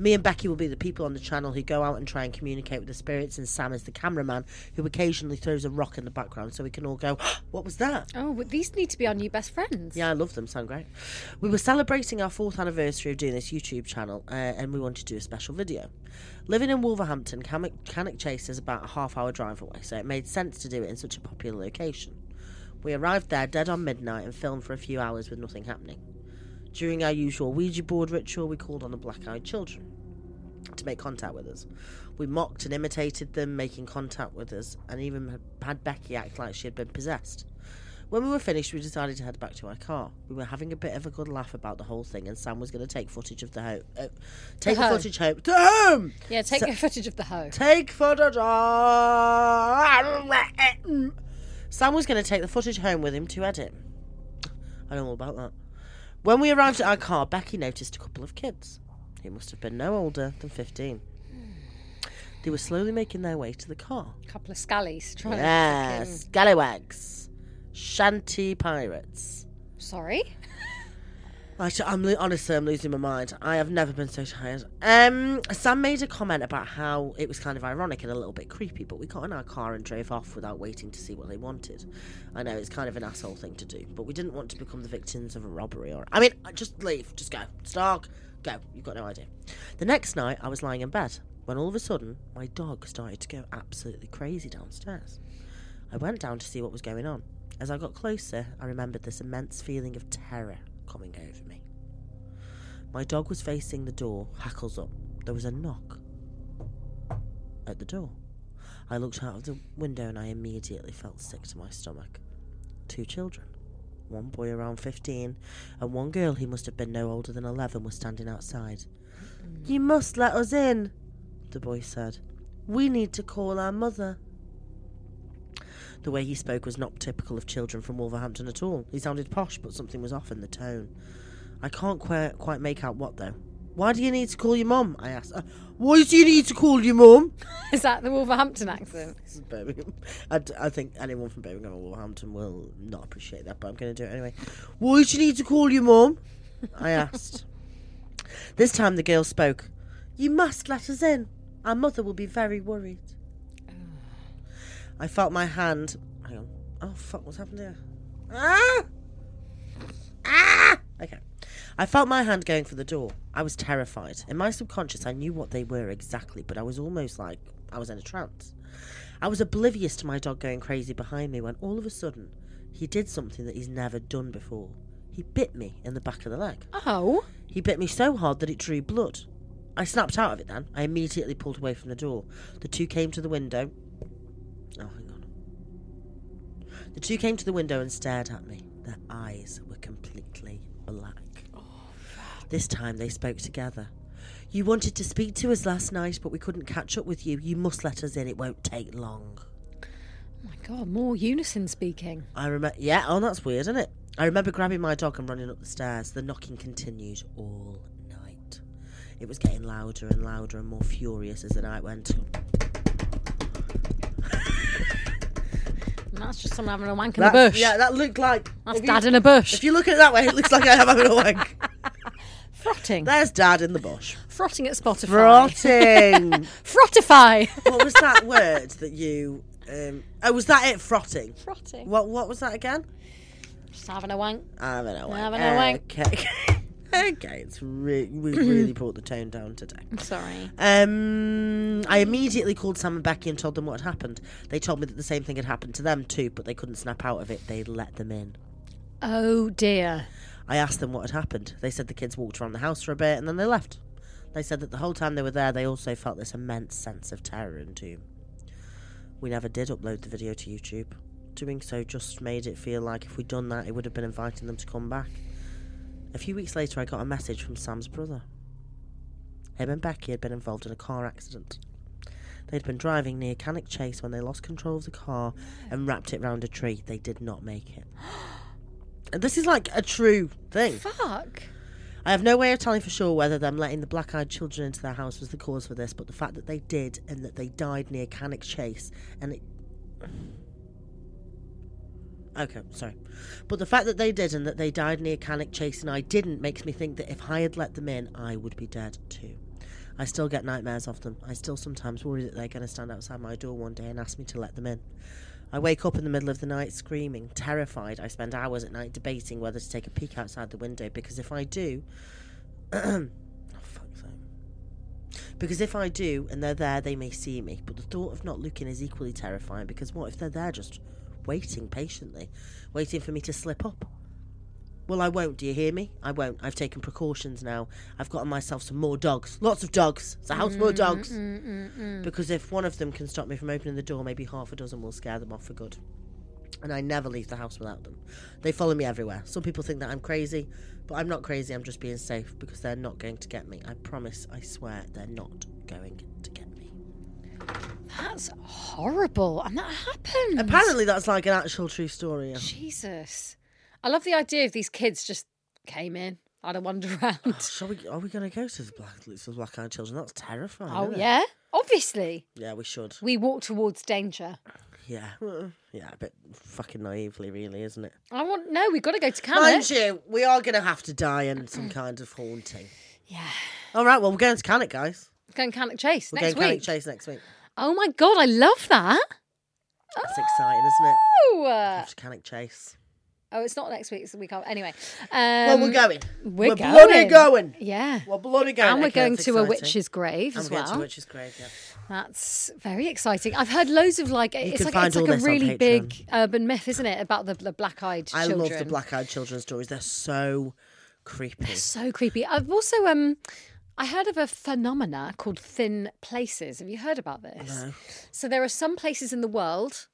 Speaker 2: Me and Becky will be the people on the channel who go out and try and communicate with the spirits, and Sam is the cameraman who occasionally throws a rock in the background so we can all go, What was that?
Speaker 1: Oh, well, these need to be our new best friends.
Speaker 2: Yeah, I love them. Sound great. We were celebrating our fourth anniversary of doing this YouTube channel, uh, and we wanted to do a special video. Living in Wolverhampton, Cannock, Cannock Chase is about a half-hour drive away, so it made sense to do it in such a popular location. We arrived there dead on midnight and filmed for a few hours with nothing happening. During our usual Ouija board ritual, we called on the black-eyed children to make contact with us. We mocked and imitated them making contact with us, and even had Becky act like she had been possessed. When we were finished, we decided to head back to our car. We were having a bit of a good laugh about the whole thing, and Sam was going to take footage of the home. Uh, take the
Speaker 1: home.
Speaker 2: footage home. To home!
Speaker 1: Yeah, take
Speaker 2: So-
Speaker 1: your footage of the hoe.
Speaker 2: Take footage. of- Sam was going to take the footage home with him to edit. I know all about that. When we arrived at our car, Becky noticed a couple of kids. Who must have been no older than 15. They were slowly making their way to the car.
Speaker 1: A couple of scallies trying to
Speaker 2: Yes, scallywags, shanty pirates.
Speaker 1: fucking- Sorry.
Speaker 2: I sh- I'm lo- honestly, I'm losing my mind. I have never been so tired. Um, Sam made a comment about how it was kind of ironic and a little bit creepy, but we got in our car and drove off without waiting to see what they wanted. I know it's kind of an asshole thing to do, but we didn't want to become the victims of a robbery or. I mean, uh, just leave, just go, Stark, go. You've got no idea. The next night, I was lying in bed when all of a sudden my dog started to go absolutely crazy downstairs. I went down to see what was going on. As I got closer, I remembered this immense feeling of terror coming over me. My dog was facing the door, hackles up. There was a knock at the door. I looked out of the window and I immediately felt sick to my stomach. Two children. One boy around 15 and one girl who must have been no older than 11 was standing outside. You must let us in, the boy said. We need to call our mother. The way he spoke was not typical of children from Wolverhampton at all. He sounded posh, but something was off in the tone. I can't quite, quite make out what, though. Why do you need to call your mum? I asked. "Uh, Why do you need to call your mum?
Speaker 1: Is that the Wolverhampton accent?
Speaker 2: This is Birmingham. I, d- I think anyone from Birmingham or Wolverhampton will not appreciate that, but I'm going to do it anyway. Why do you need to call your mum? I asked. this time the girl spoke. You must let us in. Our mother will be very worried. I felt my hand. Hang on. Oh fuck! What's happened here? Ah! Ah! Okay. I felt my hand going for the door. I was terrified. In my subconscious, I knew what they were exactly, but I was almost like I was in a trance. I was oblivious to my dog going crazy behind me when all of a sudden he did something that he's never done before. He bit me in the back of the leg.
Speaker 1: Oh.
Speaker 2: He bit me so hard that it drew blood. I snapped out of it then. I immediately pulled away from the door. The two came to the window. Oh, hang on. The two came to the window and stared at me. Their eyes were completely black. This time they spoke together. You wanted to speak to us last night, but we couldn't catch up with you. You must let us in. It won't take long.
Speaker 1: Oh my god, more unison speaking.
Speaker 2: I remember. Yeah, oh, that's weird, isn't it? I remember grabbing my dog and running up the stairs. The knocking continued all night. It was getting louder and louder and more furious as the night went.
Speaker 1: That's just someone having a wank in
Speaker 2: That,
Speaker 1: the bush.
Speaker 2: Yeah, that looked like.
Speaker 1: That's
Speaker 2: if you-
Speaker 1: dad in a bush.
Speaker 2: If you look at it that way, it looks like I am having a wank.
Speaker 1: frotting.
Speaker 2: There's dad in the bush.
Speaker 1: frotting at Spotify.
Speaker 2: Frotting.
Speaker 1: Frotify.
Speaker 2: what was that word that you. Um, oh, was that it? Frotting.
Speaker 1: frotting.
Speaker 2: What What was that again?
Speaker 1: Just having a wank.
Speaker 2: I'm having a wank.
Speaker 1: Having a wank.
Speaker 2: Okay. okay, it's re- we really brought the tone down today.
Speaker 1: I'm sorry.
Speaker 2: Um, I immediately called Sam and Becky and told them what had happened. They told me that the same thing had happened to them too, but they couldn't snap out of it. They let them in.
Speaker 1: Oh dear.
Speaker 2: I asked them what had happened. They said the kids walked around the house for a bit and then they left. They said that the whole time they were there, they also felt this immense sense of terror and doom. We never did upload the video to YouTube. Doing so just made it feel like if we'd done that, it would have been inviting them to come back. A few weeks later, I got a message from Sam's brother. Him and Becky had been involved in a car accident. They'd been driving near Cannock Chase when they lost control of the car and wrapped it round a tree. They did not make it. And this is like a true thing.
Speaker 1: Fuck.
Speaker 2: I have no way of telling for sure whether them letting the black eyed children into their house was the cause for this, but the fact that they did and that they died near Cannock Chase and it. Okay, sorry. But the fact that they did and that they died near Cannock Chase and I didn't makes me think that if I had let them in, I would be dead too. I still get nightmares of them. I still sometimes worry that they're going to stand outside my door one day and ask me to let them in. I wake up in the middle of the night screaming, terrified. I spend hours at night debating whether to take a peek outside the window because if I do, oh, fuck's sake. Because if I do and they're there, they may see me. But the thought of not looking is equally terrifying because what if they're there just waiting patiently, waiting for me to slip up? Well, I won't. Do you hear me? I won't. I've taken precautions now. I've gotten myself some more dogs. Lots of dogs. It's a house full of dogs. Because if one of them can stop me from opening the door, maybe half a dozen will scare them off for good. And I never leave the house without them. They follow me everywhere. Some people think that I'm crazy, but I'm not crazy. I'm just being safe because they're not going to get me. I promise, I swear, they're not going to get me.
Speaker 1: That's horrible. And that happened.
Speaker 2: Apparently, that's like an actual true story. yeah.
Speaker 1: Jesus. I love the idea of these kids just came in, had a wander around.
Speaker 2: Shall we? Are we going to go to the black, to the black-eyed children? That's terrifying.
Speaker 1: Oh,
Speaker 2: isn't it?
Speaker 1: yeah. Obviously.
Speaker 2: Yeah, we should.
Speaker 1: We walk towards danger.
Speaker 2: Yeah,
Speaker 1: Hmm.
Speaker 2: yeah, a bit fucking naively, really, isn't it?
Speaker 1: I want no, we've got to go to
Speaker 2: Mind
Speaker 1: Cannock.
Speaker 2: you, we are going to have to die in some kind of haunting.
Speaker 1: Yeah.
Speaker 2: All right, well, we're going to Cannock, guys.
Speaker 1: Going Cannock Chase
Speaker 2: We're
Speaker 1: next
Speaker 2: going
Speaker 1: week.
Speaker 2: Cannock Chase next week.
Speaker 1: Oh my god, I love that.
Speaker 2: That's
Speaker 1: Ah.
Speaker 2: exciting, isn't it?
Speaker 1: Oh, uh,
Speaker 2: After Cannock Chase.
Speaker 1: oh it's not next week, it's the week after. Anyway. Um,
Speaker 2: Well, we're going.
Speaker 1: we're
Speaker 2: bloody
Speaker 1: going.
Speaker 2: going.
Speaker 1: Yeah.
Speaker 2: We're bloody going.
Speaker 1: and we're
Speaker 2: Okay,
Speaker 1: going
Speaker 2: that's
Speaker 1: to a
Speaker 2: exciting.
Speaker 1: witch's grave
Speaker 2: And
Speaker 1: as
Speaker 2: we're going
Speaker 1: well.
Speaker 2: to a witch's grave, yeah.
Speaker 1: That's very exciting. I've heard loads of like it's
Speaker 2: can
Speaker 1: like,
Speaker 2: find
Speaker 1: it's
Speaker 2: all
Speaker 1: like a
Speaker 2: this on
Speaker 1: really
Speaker 2: Patreon.
Speaker 1: big urban myth, isn't it, about the, the black-eyed
Speaker 2: I
Speaker 1: children?
Speaker 2: love the black-eyed children stories. They're so creepy.
Speaker 1: So creepy. I've also um I heard of a phenomena called thin places. Have you heard about this? So there are some places in the world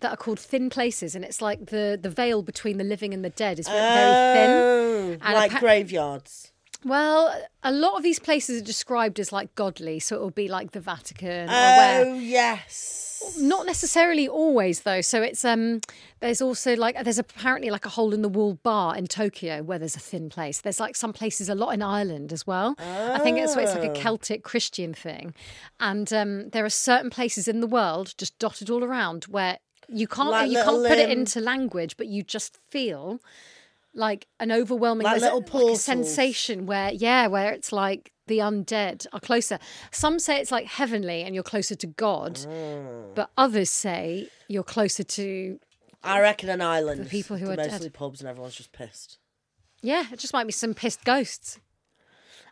Speaker 1: that are called thin places and it's like the the veil between the living and the dead is very thin.
Speaker 2: Oh,
Speaker 1: And
Speaker 2: like
Speaker 1: appa-
Speaker 2: graveyards.
Speaker 1: Well, a lot of these places are described as like godly, so it'll be like the Vatican or where
Speaker 2: Oh, yes.
Speaker 1: not necessarily always though so it's um there's also like there's apparently like a hole in the wall bar in tokyo where there's a thin place there's like some places a lot in ireland as well i think it's, it's
Speaker 2: Oh.
Speaker 1: like a celtic christian thing and um there are certain places in the world just dotted all around where you can't
Speaker 2: Like
Speaker 1: you can't
Speaker 2: little,
Speaker 1: put it
Speaker 2: um,
Speaker 1: into language but you just feel like an overwhelming
Speaker 2: Like
Speaker 1: there's
Speaker 2: little
Speaker 1: a, like a
Speaker 2: portals.
Speaker 1: sensation where yeah where it's like the undead are closer some say it's like heavenly and you're closer to god but others say you're closer to
Speaker 2: I reckon an island.
Speaker 1: The people who
Speaker 2: They're
Speaker 1: are dead.
Speaker 2: mostly pubs and everyone's just pissed.
Speaker 1: yeah, it just might be some pissed ghosts.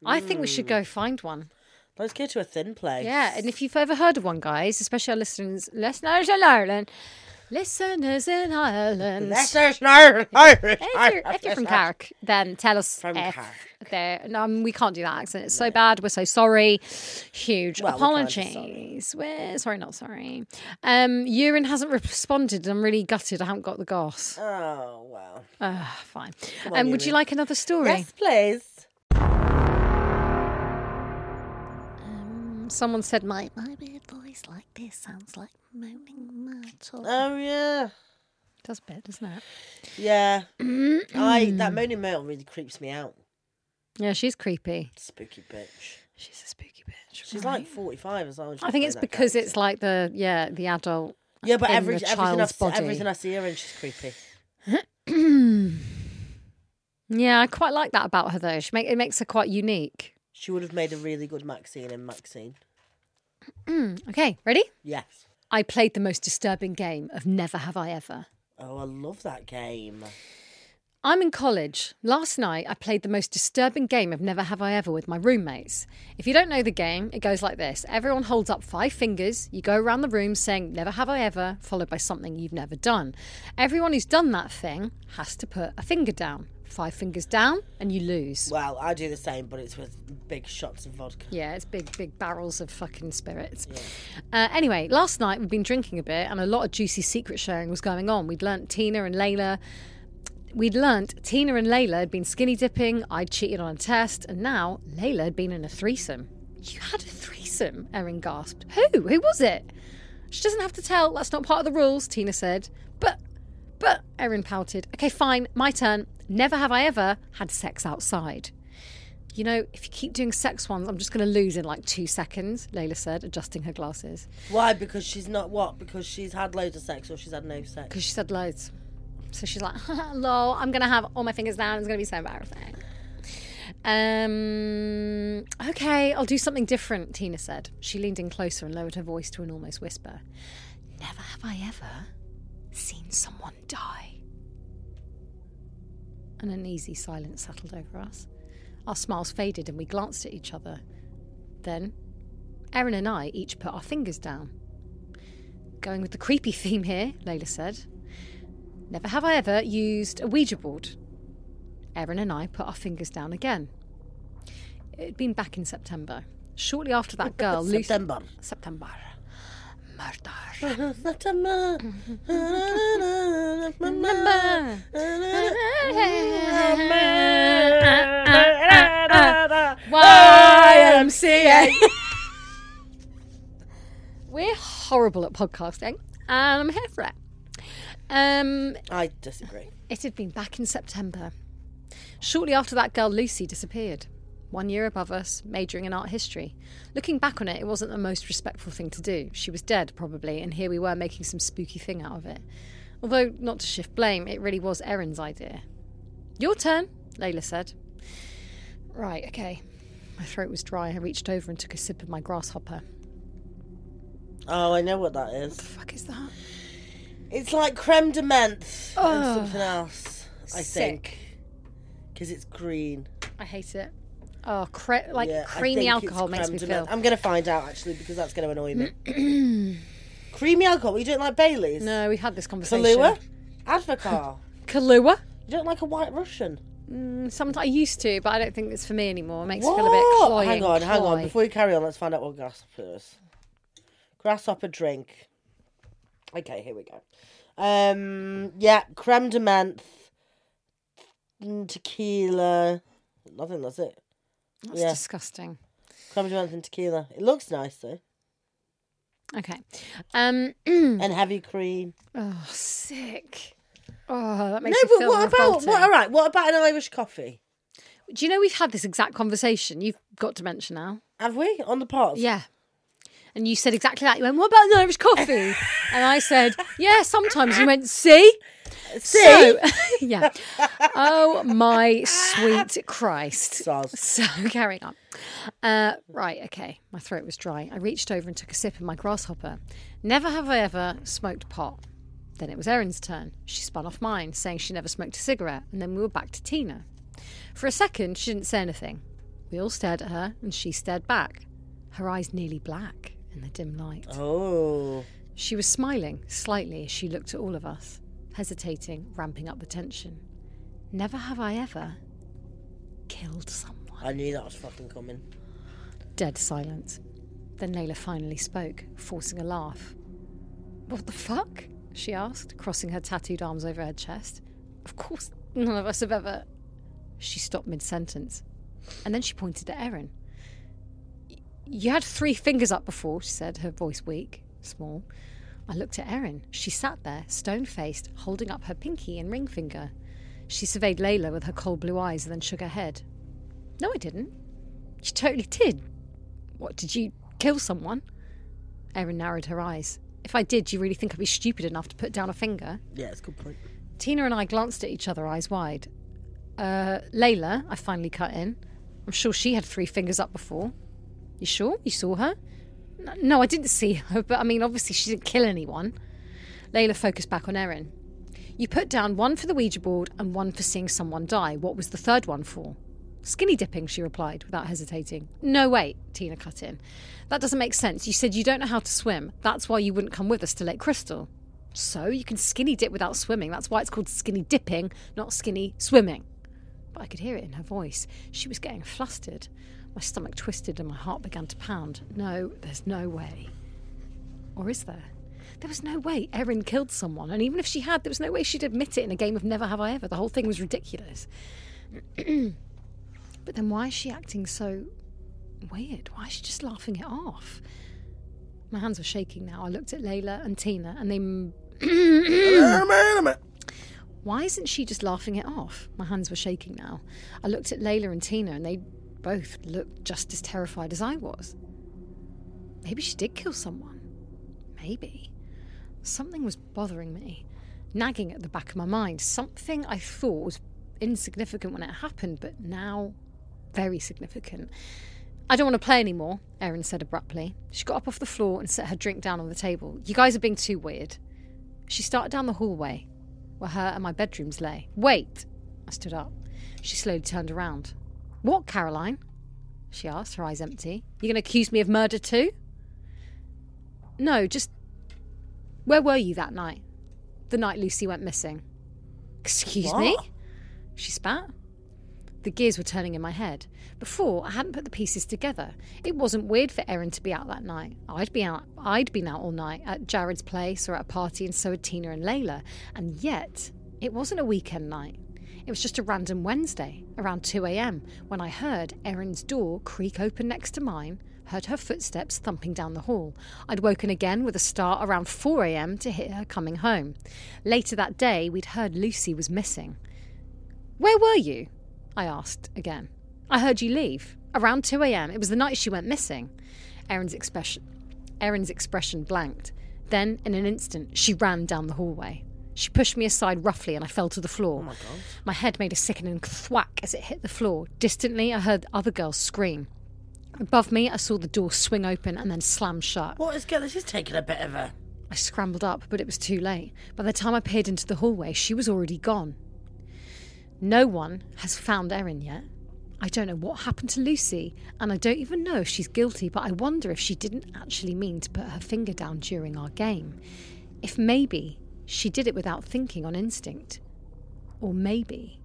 Speaker 1: I think we should go find one.
Speaker 2: Let's go to a thin place.
Speaker 1: Yeah, and if you've ever heard of one, guys, especially our listeners, listeners in Ireland, listeners in Ireland.
Speaker 2: That's Irish, Irish, Irish,
Speaker 1: If you're, if you're from
Speaker 2: Irish.
Speaker 1: Carrick, then tell us
Speaker 2: From
Speaker 1: if
Speaker 2: Carrick.
Speaker 1: there. No, um, we can't do that accent. It's so bad. We're so sorry. Huge
Speaker 2: Well, we're kinda sorry.
Speaker 1: apologies. We're sorry, not sorry. Um, urine hasn't responded. and I'm really gutted. I haven't got the goss.
Speaker 2: Oh, wow.
Speaker 1: Uh, fine. um, would you like another story?
Speaker 2: Yes, please.
Speaker 1: Um, someone said my my weird voice like this sounds like moaning myrtle.
Speaker 2: Oh, yeah.
Speaker 1: Does a bit, doesn't it?
Speaker 2: Yeah. I That moaning myrtle really creeps me out.
Speaker 1: Yeah, she's creepy.
Speaker 2: Spooky bitch.
Speaker 1: She's a spooky bitch.
Speaker 2: She's
Speaker 1: right?
Speaker 2: like 45 as well. and she's
Speaker 1: I think
Speaker 2: playing
Speaker 1: it's
Speaker 2: that
Speaker 1: because
Speaker 2: character.
Speaker 1: it's like the yeah the adult
Speaker 2: Yeah, but
Speaker 1: in
Speaker 2: every,
Speaker 1: the
Speaker 2: everything, I've,
Speaker 1: child's
Speaker 2: se-
Speaker 1: body.
Speaker 2: everything I see her in, she's creepy.
Speaker 1: Yeah, I quite like that about her though. She make, it makes her quite unique.
Speaker 2: She would have made a really good Maxine in Maxine.
Speaker 1: Okay, ready?
Speaker 2: Yes.
Speaker 1: I played the most disturbing game of Never Have I Ever.
Speaker 2: Oh, I love that game.
Speaker 1: I'm in college. Last night, I played the most disturbing game of Never Have I Ever with my roommates. If you don't know the game, it goes like this everyone holds up five fingers, you go around the room saying, Never Have I Ever, followed by something you've never done. Everyone who's done that thing has to put a finger down. Five fingers down, and you lose.
Speaker 2: Well, I do the same, but it's with big shots of vodka.
Speaker 1: Yeah, it's big, big barrels of fucking spirits. Uh, anyway, last night we'd been drinking a bit and a lot of juicy secret sharing was going on. We'd learnt Tina and Layla. We'd learnt Tina and Layla had been skinny dipping, I'd cheated on a test, and now Layla had been in a threesome. You had a threesome, Erin gasped. Who? Who was it? She doesn't have to tell. That's not part of the rules, Tina said. But, but, Erin pouted. Okay, fine, my turn. Never have I ever had sex outside. You know, if you keep doing sex ones, I'm just going to lose in like two seconds, Layla said, adjusting her glasses.
Speaker 2: Why? Because she's not what? Because she's had loads of sex or she's had no sex.
Speaker 1: Because she said loads. So she's like, lol, I'm going to have all my fingers down. It's going to be so embarrassing. Um, okay, I'll do something different, Tina said. She leaned in closer and lowered her voice to an almost whisper. Never have I ever seen someone die. An uneasy silence settled over us. Our smiles faded and we glanced at each other. Then, Erin and I each put our fingers down. Going with the creepy theme here, Layla said. Never have I ever used a Ouija board. Erin and I put our fingers down again. It had been back in September. Shortly after that girl, Lucy.
Speaker 2: September.
Speaker 1: September. Murder.
Speaker 2: September.
Speaker 1: YMCA. We're horrible at podcasting, and I'm here for it. Um,
Speaker 2: I disagree.
Speaker 1: it had been back in September. Shortly after that girl Lucy disappeared, one year above us, majoring in art history. Looking back on it, it wasn't the most respectful thing to do. She was dead, probably, and here we were making some spooky thing out of it. Although, not to shift blame, it really was Erin's idea. Your turn, Layla said. Right, okay. My throat was dry. I reached over and took a sip of my grasshopper.
Speaker 2: Oh, I know what that is.
Speaker 1: Fuck is that?
Speaker 2: It's like creme de menthe and something else, I
Speaker 1: sick.
Speaker 2: think. Because it's green.
Speaker 1: I hate it. Oh, cre- like
Speaker 2: Yeah, I
Speaker 1: creamy
Speaker 2: think it's
Speaker 1: alcohol makes
Speaker 2: creme
Speaker 1: me
Speaker 2: de menthe.
Speaker 1: feel.
Speaker 2: I'm going to find out, actually, because that's going to annoy me. creamy alcohol? You don't like Bailey's?
Speaker 1: No, we had this conversation.
Speaker 2: Kahlua? Advocar?
Speaker 1: Kahlua.
Speaker 2: you don't like a white Russian?
Speaker 1: Sometimes I used to, but I don't think it's for me anymore. It makes me feel a bit
Speaker 2: What?
Speaker 1: cloy.
Speaker 2: hang
Speaker 1: and
Speaker 2: on, hang on.
Speaker 1: cloy.
Speaker 2: Before we carry on, let's find out what grasshopper is. Grasshopper drink. Okay, here we go. Um, yeah, creme de menthe, mm, tequila. I think that's it.
Speaker 1: That's
Speaker 2: yeah.
Speaker 1: disgusting.
Speaker 2: Creme de menthe and tequila. It looks nice though,
Speaker 1: Okay. Um.
Speaker 2: and heavy cream.
Speaker 1: oh, sick. Oh, that
Speaker 2: No,
Speaker 1: makes me
Speaker 2: but
Speaker 1: feel
Speaker 2: what about
Speaker 1: revolting.
Speaker 2: what? All right, what about an Irish coffee?
Speaker 1: Do you know we've had this exact conversation? You've got dementia now.
Speaker 2: Have we on the pot?
Speaker 1: Yeah. And you said exactly that. You went, "What about an Irish coffee?" and I said, "Yeah, sometimes." You went, "See,
Speaker 2: See,
Speaker 1: So, yeah. Oh my sweet Christ.
Speaker 2: Soz.
Speaker 1: So carrying on. Uh, right, okay. My throat was dry. I reached over and took a sip of my grasshopper. Never have I ever smoked pot. Then it was Erin's turn. She spun off mine, saying she never smoked a cigarette, and then we were back to Tina. For a second, she didn't say anything. We all stared at her, and she stared back, her eyes nearly black in the dim light.
Speaker 2: Oh,
Speaker 1: She was smiling slightly as she looked at all of us, hesitating, ramping up the tension. Never have I ever killed someone.
Speaker 2: I knew that was fucking coming.
Speaker 1: Dead silence. Then Layla finally spoke, forcing a laugh. What the fuck? she asked, crossing her tattooed arms over her chest. Of course, none of us have ever. She stopped mid sentence. And then she pointed at Erin. "Y- You had three fingers up before, she said, her voice weak, small. I looked at Erin. She sat there, stone faced, holding up her pinky and ring finger. She surveyed Layla with her cold blue eyes and then shook her head. No, I didn't. You totally did. What, did you kill someone? Erin narrowed her eyes. If I did, you really think I'd be stupid enough to put down a finger?
Speaker 2: Yeah, it's a good point.
Speaker 1: Tina and I glanced at each other, eyes wide. Uh, Layla, I finally cut in. I'm sure she had three fingers up before. You sure? You saw her? N- No, I didn't see her, but I mean, obviously, she didn't kill anyone. Layla focused back on Erin. You put down one for the Ouija board and one for seeing someone die. What was the third one for? Skinny dipping, she replied without hesitating. No, wait, Tina cut in. That doesn't make sense. You said you don't know how to swim. That's why you wouldn't come with us to Lake Crystal. So you can skinny dip without swimming. That's why it's called skinny dipping, not skinny swimming. But I could hear it in her voice. She was getting flustered. My stomach twisted and my heart began to pound. No, there's no way. Or is there? There was no way Erin killed someone, and even if she had, there was no way she'd admit it in a game of Never Have I Ever. The whole thing was ridiculous. but then why is she acting so weird? Why is she just laughing it off? My hands were shaking now. I looked at Layla and Tina, and they. m- Why isn't she just laughing it off? My hands were shaking now. I looked at Layla and Tina, and they both looked just as terrified as I was. Maybe she did kill someone. Maybe. Something was bothering me, nagging at the back of my mind. Something I thought was insignificant when it happened, but now very significant. I don't want to play anymore, Erin said abruptly. She got up off the floor and set her drink down on the table. You guys are being too weird. She started down the hallway where her and my bedrooms lay. Wait! I stood up. She slowly turned around. What, Caroline? She asked, her eyes empty. You're going to accuse me of murder too? No, just. Where were you that night? The night Lucy went missing. Excuse me?
Speaker 2: What?
Speaker 1: She spat. The gears were turning in my head. Before, I hadn't put the pieces together. It wasn't weird for Erin to be out that night. I'd been out I'd been out all night at Jared's place or at a party and so had Tina and Layla. And yet, it wasn't a weekend night. It was just a random Wednesday, around 2 a.m., when I heard Erin's door creak open next to mine, heard her footsteps thumping down the hall. I'd woken again with a start around 4 a.m. to hear her coming home. Later that day, we'd heard Lucy was missing. Where were you? I asked again. I heard you leave. Around 2 a.m. It was the night she went missing. Erin's expression, Erin's expression blanked. Then, in an instant, she ran down the hallway. She pushed me aside roughly and I fell to the floor. my, head made a sickening thwack as it hit the floor. Distantly, I heard other girls scream. Above me, I saw the door swing open and then slam shut.
Speaker 2: What is going This is taking a bit of a.
Speaker 1: I scrambled up, but it was too late. By the time I peered into the hallway, she was already gone. No one has found Erin yet. I don't know what happened to Lucy, and I don't even know if she's guilty, but I wonder if she didn't actually mean to put her finger down during our game. If maybe she did it without thinking on instinct. Or maybe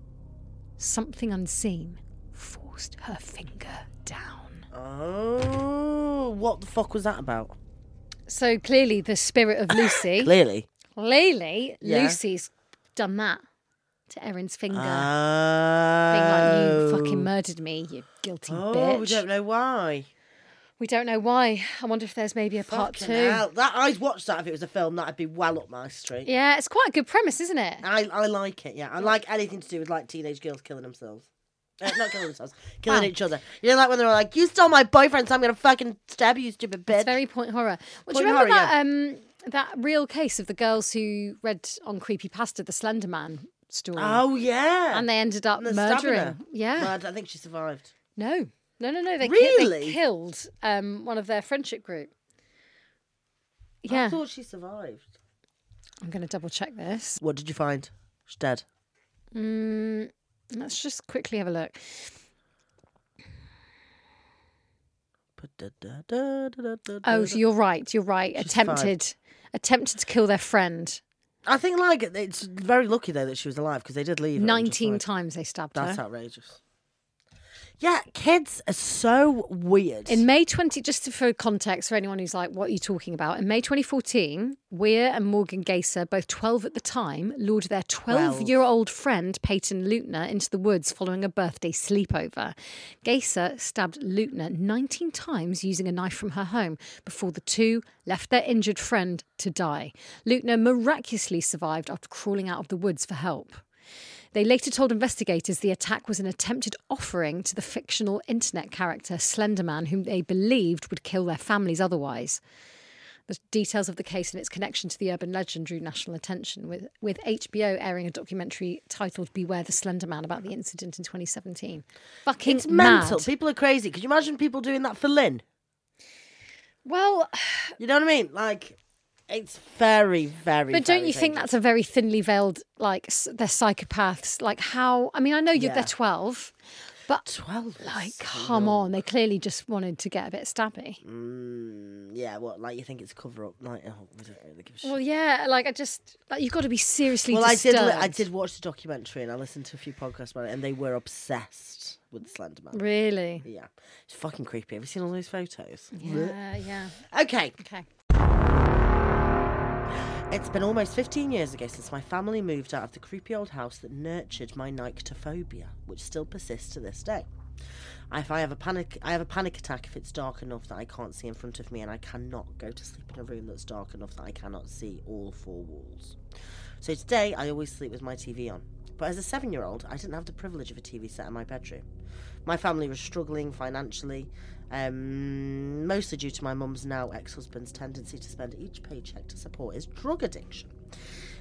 Speaker 1: something unseen forced her finger down.
Speaker 2: Oh, what the fuck was that about?
Speaker 1: So clearly, the spirit of Lucy.
Speaker 2: Clearly.
Speaker 1: Clearly,
Speaker 2: Yeah.
Speaker 1: Lucy's done that to Erin's finger. being like,
Speaker 2: Oh.
Speaker 1: you fucking murdered me, you guilty
Speaker 2: Oh,
Speaker 1: bitch.
Speaker 2: we don't know why.
Speaker 1: We don't know why. I wonder if there's maybe a part
Speaker 2: Fucking
Speaker 1: two.
Speaker 2: hell. That I'd watch that if it was a film. That'd be well up my street.
Speaker 1: Yeah, it's quite a good premise, isn't it?
Speaker 2: I, I like it. Yeah, I like anything to do with like teenage girls killing themselves. Uh, not killing themselves, killing
Speaker 1: Wow.
Speaker 2: each other. You know, like when they're like, "You stole my boyfriend, so I'm gonna fucking stab you, stupid bitch."
Speaker 1: It's very point horror. Well, do
Speaker 2: Point
Speaker 1: you remember
Speaker 2: horror,
Speaker 1: that um that real case of the girls who read on Creepy Pasta the Slender Man story?
Speaker 2: oh yeah,
Speaker 1: And they ended up
Speaker 2: they're stabbing
Speaker 1: murdering.
Speaker 2: her.
Speaker 1: Yeah.
Speaker 2: Well, I don't think she survived.
Speaker 1: No. No, no, no. They, ki-
Speaker 2: Really?
Speaker 1: they killed um, one of their friendship group.
Speaker 2: I
Speaker 1: Yeah.
Speaker 2: thought she survived.
Speaker 1: I'm going to double check this.
Speaker 2: What did you find? She's dead.
Speaker 1: Mm, let's just quickly have a look. Oh, so you're right. You're right.
Speaker 2: She's fine.
Speaker 1: attempted, attempted to kill their friend.
Speaker 2: I think like it's very lucky though that she was alive because they did leave. her and just,
Speaker 1: Nineteen
Speaker 2: like,
Speaker 1: times they stabbed
Speaker 2: That's
Speaker 1: her.
Speaker 2: outrageous. Yeah, kids are so weird.
Speaker 1: In May 20, just for context for anyone who's like, what are you talking about? In May 2014, Weir and Morgan Gaser, both 12 at the time, lured their 12 year old friend, Peyton Lutner, into the woods following a birthday sleepover. Gaser stabbed Lutner 19 times using a knife from her home before the two left their injured friend to die. Lutner miraculously survived after crawling out of the woods for help. They later told investigators the attack was an attempted offering to the fictional internet character Slenderman, whom they believed would kill their families otherwise. The details of the case and its connection to the urban legend drew national attention, with, with HBO airing a documentary titled Beware the Slender Man about the incident in 2017. Fucking
Speaker 2: It's mental.
Speaker 1: mad.
Speaker 2: People are crazy. Could you imagine people doing that for Lynn?
Speaker 1: Well,
Speaker 2: You know what I mean? Like, it's very, very.
Speaker 1: But don't
Speaker 2: very
Speaker 1: you think
Speaker 2: dangerous.
Speaker 1: that's a very thinly veiled, like s- they're psychopaths? Like how? I mean, I know you
Speaker 2: Yeah.
Speaker 1: they're twelve, but
Speaker 2: twelve? is
Speaker 1: like,
Speaker 2: so
Speaker 1: come
Speaker 2: young.
Speaker 1: on, they clearly just wanted to get a bit stabby.
Speaker 2: Mm, yeah, what? Like you think it's cover up? Like, oh, we don't really give a shit.
Speaker 1: Well, yeah, like I just like you've got to be seriously.
Speaker 2: Well, I did. Li- I
Speaker 1: disturbed.
Speaker 2: did watch the documentary and I listened to a few podcasts about it, and they were obsessed with Slender Man.
Speaker 1: Really?
Speaker 2: Yeah, it's fucking creepy. Have you seen all those photos?
Speaker 1: Yeah, yeah.
Speaker 2: Okay,
Speaker 1: Okay.
Speaker 2: it's been almost 15 years ago since my family moved out of the creepy old house that nurtured my nyctophobia, which still persists to this day. If I have a panic, I have a panic attack if it's dark enough that I can't see in front of me, and I cannot go to sleep in a room that's dark enough that I cannot see all four walls. So today, I always sleep with my TV on. But as a seven year old, I didn't have the privilege of a TV set in my bedroom. My family was struggling financially, um, mostly due to my mum's now ex husband's tendency to spend each paycheck to support his drug addiction.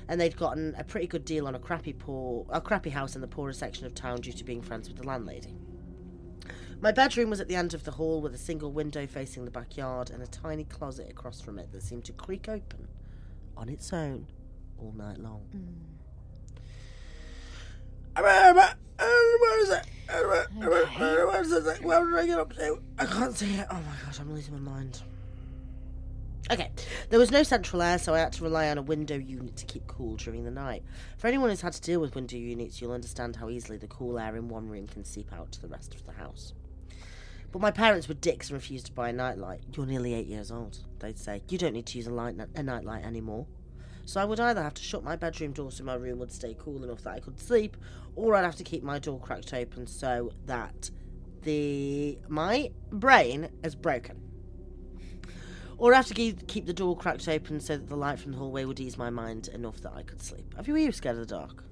Speaker 2: And they'd gotten a pretty good deal on a crappy poor, a crappy house in the poorer section of town due to being friends with the landlady. My bedroom was at the end of the hall with a single window facing the backyard and a tiny closet across from it that seemed to creak open on its own all night long. Where Uh, is it? Where uh, is it? Where did I get up to? I can't see it. Oh my gosh, I'm losing my mind. Okay, there was no central air, so I had to rely on a window unit to keep cool during the night. For anyone who's had to deal with window units, you'll understand how easily the cool air in one room can seep out to the rest of the house. But my parents were dicks and refused to buy a nightlight. You're nearly eight years old, they'd say. You don't need to use a, light, a nightlight anymore. So I would either have to shut my bedroom door so my room would stay cool enough that I could sleep, or I'd have to keep my door cracked open so that the my brain is broken. Or I'd have to keep, keep the door cracked open so that the light from the hallway would ease my mind enough that I could sleep. Have you, were you scared of the dark?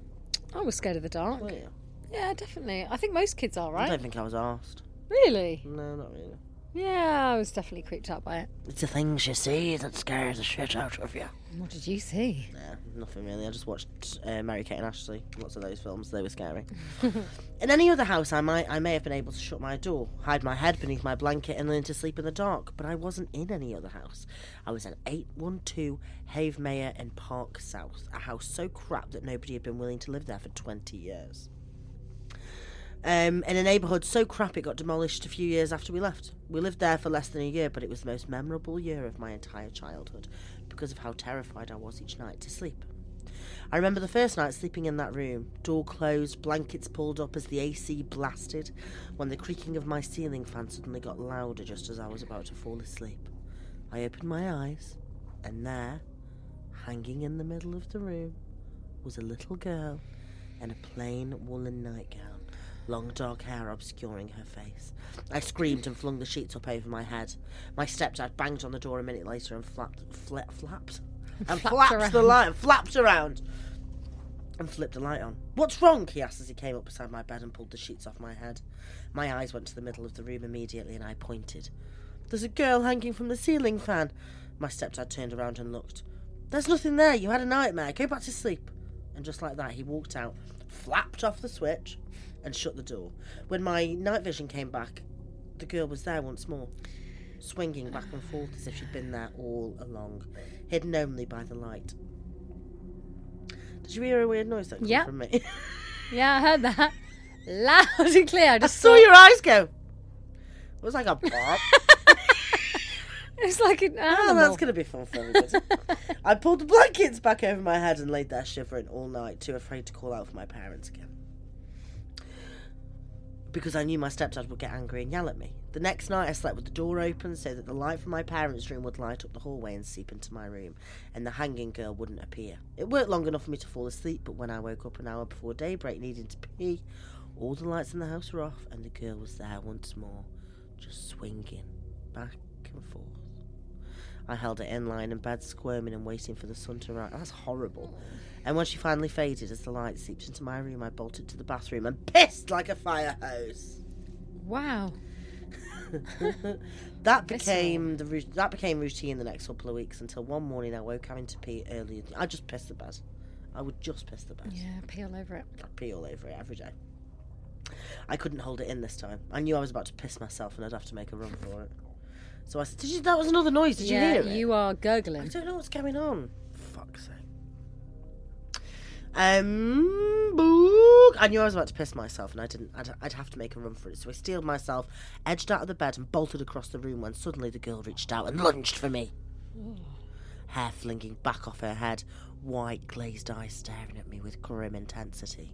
Speaker 1: I was scared of the dark.
Speaker 2: Were you?
Speaker 1: Yeah, definitely. I think most kids are,
Speaker 2: I
Speaker 1: right?
Speaker 2: don't think I was asked.
Speaker 1: Really?
Speaker 2: No, not really.
Speaker 1: Yeah, I was definitely creeped out by it.
Speaker 2: It's the things you see that scares the shit out of you.
Speaker 1: What did you see?
Speaker 2: Nah, nothing really. I just watched uh, Mary Kate and Ashley. Lots of those films. They were scary. in any other house, I might, I may have been able to shut my door, hide my head beneath my blanket, and learn to sleep in the dark. But I wasn't in any other house. I was in eight one two Havemere in Park South, a house so crap that nobody had been willing to live there for twenty years. Um, in a neighbourhood so crap it got demolished a few years after we left. We lived there for less than a year, but it was the most memorable year of my entire childhood because of how terrified I was each night to sleep. I remember the first night sleeping in that room, door closed, blankets pulled up as the AC blasted, when the creaking of my ceiling fan suddenly got louder just as I was about to fall asleep. I opened my eyes, and there, hanging in the middle of the room, was a little girl in a plain woolen nightgown, long dark hair obscuring her face. I screamed and flung the sheets up over my head. My stepdad banged on the door a minute later and flapped, fla- flapped, and flapped, the light, and flapped around, and flipped a light on. What's wrong? He asked as he came up beside my bed and pulled the sheets off my head. My eyes went to the middle of the room immediately, and I pointed. There's a girl hanging from the ceiling fan. My stepdad turned around and looked. There's nothing there. You had a nightmare. Go back to sleep. And just like that, he walked out, flapped off the switch, and shut the door. When my night vision came back, the girl was there once more, swinging back and forth as if she'd been there all along, hidden only by the light. Did you hear a weird noise that came
Speaker 1: Yeah.
Speaker 2: from me?
Speaker 1: Yeah, I heard that loud and clear. I
Speaker 2: I
Speaker 1: just
Speaker 2: saw
Speaker 1: thought-
Speaker 2: your eyes go. It was like a pop.
Speaker 1: It's like an
Speaker 2: Oh,
Speaker 1: animal.
Speaker 2: that's going to be fun for everybody. I pulled the blankets back over my head and laid there shivering all night, too afraid to call out for my parents again. Because I knew my stepdad would get angry and yell at me. The next night, I slept with the door open so that the light from my parents' room would light up the hallway and seep into my room, and the hanging girl wouldn't appear. It worked long enough for me to fall asleep, but when I woke up an hour before daybreak needing to pee, all the lights in the house were off, and the girl was there once more, just swinging back and forth. I held it in, lying in bed, squirming and waiting for the sun to rise. That's horrible. And when she finally faded, as the light seeped into my room, I bolted to the bathroom and pissed like a fire hose.
Speaker 1: Wow.
Speaker 2: That
Speaker 1: This
Speaker 2: became the rou- that became routine the next couple of weeks until one morning I woke having to pee early. I just pissed the bed. I would just piss the bed.
Speaker 1: Yeah, pee all over it.
Speaker 2: I'd pee all over it every day. I couldn't hold it in this time. I knew I was about to piss myself and I'd have to make a run for it. So I said, "Did you? That was another noise. Did
Speaker 1: yeah,
Speaker 2: you hear it?
Speaker 1: you are
Speaker 2: I
Speaker 1: gurgling.
Speaker 2: don't know what's going on. Fuck's sake. Um, boog. I knew I was about to piss myself, and I didn't. I'd, I'd have to make a run for it, so I steeled myself, edged out of the bed, and bolted across the room. When suddenly the girl reached out and lunged for me, hair flinging back off her head, white glazed eyes staring at me with grim intensity.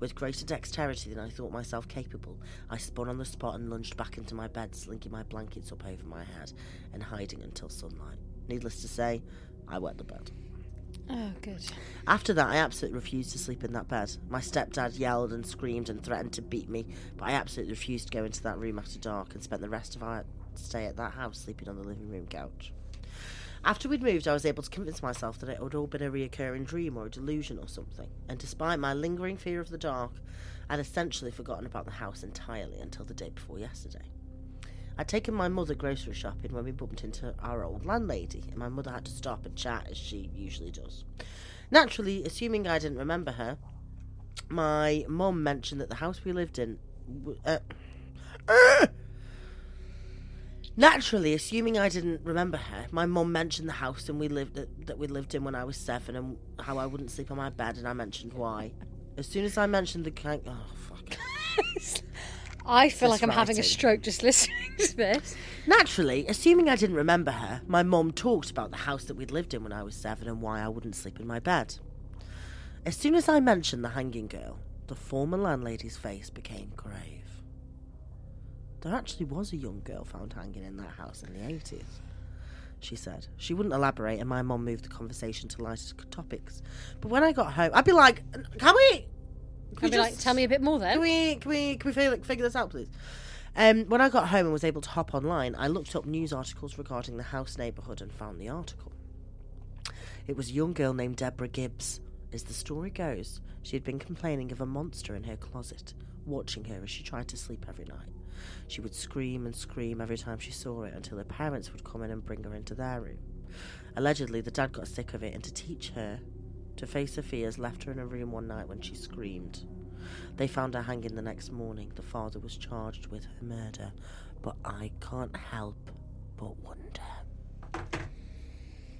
Speaker 2: With greater dexterity than I thought myself capable, I spun on the spot and lunged back into my bed, slinking my blankets up over my head and hiding until sunlight. Needless to say, I wet the bed.
Speaker 1: Oh, good.
Speaker 2: After that, I absolutely refused to sleep in that bed. My stepdad yelled and screamed and threatened to beat me, but I absolutely refused to go into that room after dark and spent the rest of our stay at that house sleeping on the living room couch. After we'd moved, I was able to convince myself that it had all been a recurring dream or a delusion or something, and despite my lingering fear of the dark, I'd essentially forgotten about the house entirely until the day before yesterday. I'd taken my mother grocery shopping when we bumped into our old landlady, and my mother had to stop and chat as she usually does. Naturally, assuming I didn't remember her, my mum mentioned that the house we lived in. w- Uh, naturally, assuming I didn't remember her, my mum mentioned the house and we lived that, that we lived in when I was seven, and how I wouldn't sleep on my bed, and I mentioned why. As soon as I mentioned the kind, oh fuck.
Speaker 1: I feel like I'm having a
Speaker 2: writing.
Speaker 1: stroke just listening to this.
Speaker 2: Naturally, assuming I didn't remember her, my mum talked about the house that we'd lived in when I was seven and why I wouldn't sleep in my bed. As soon as I mentioned the hanging girl, the former landlady's face became grave. There actually was a young girl found hanging in that house in the 80s, she said. She wouldn't elaborate, and my mum moved the conversation to lighter topics. But when I got home, I'd be like, Can we? Can
Speaker 1: I'd be like, tell me a bit more then.
Speaker 2: can we can we can we figure, figure this out, please? Um, when I got home and was able to hop online, I looked up news articles regarding the house neighbourhood and found the article. It was a young girl named Deborah Gibbs. As the story goes, she had been complaining of a monster in her closet, watching her as she tried to sleep every night. She would scream and scream every time she saw it until her parents would come in and bring her into their room. Allegedly, the dad got sick of it and to teach her to face her fears, left her in a room one night when she screamed. They found her hanging the next morning. The father was charged with her murder, but I can't help but wonder.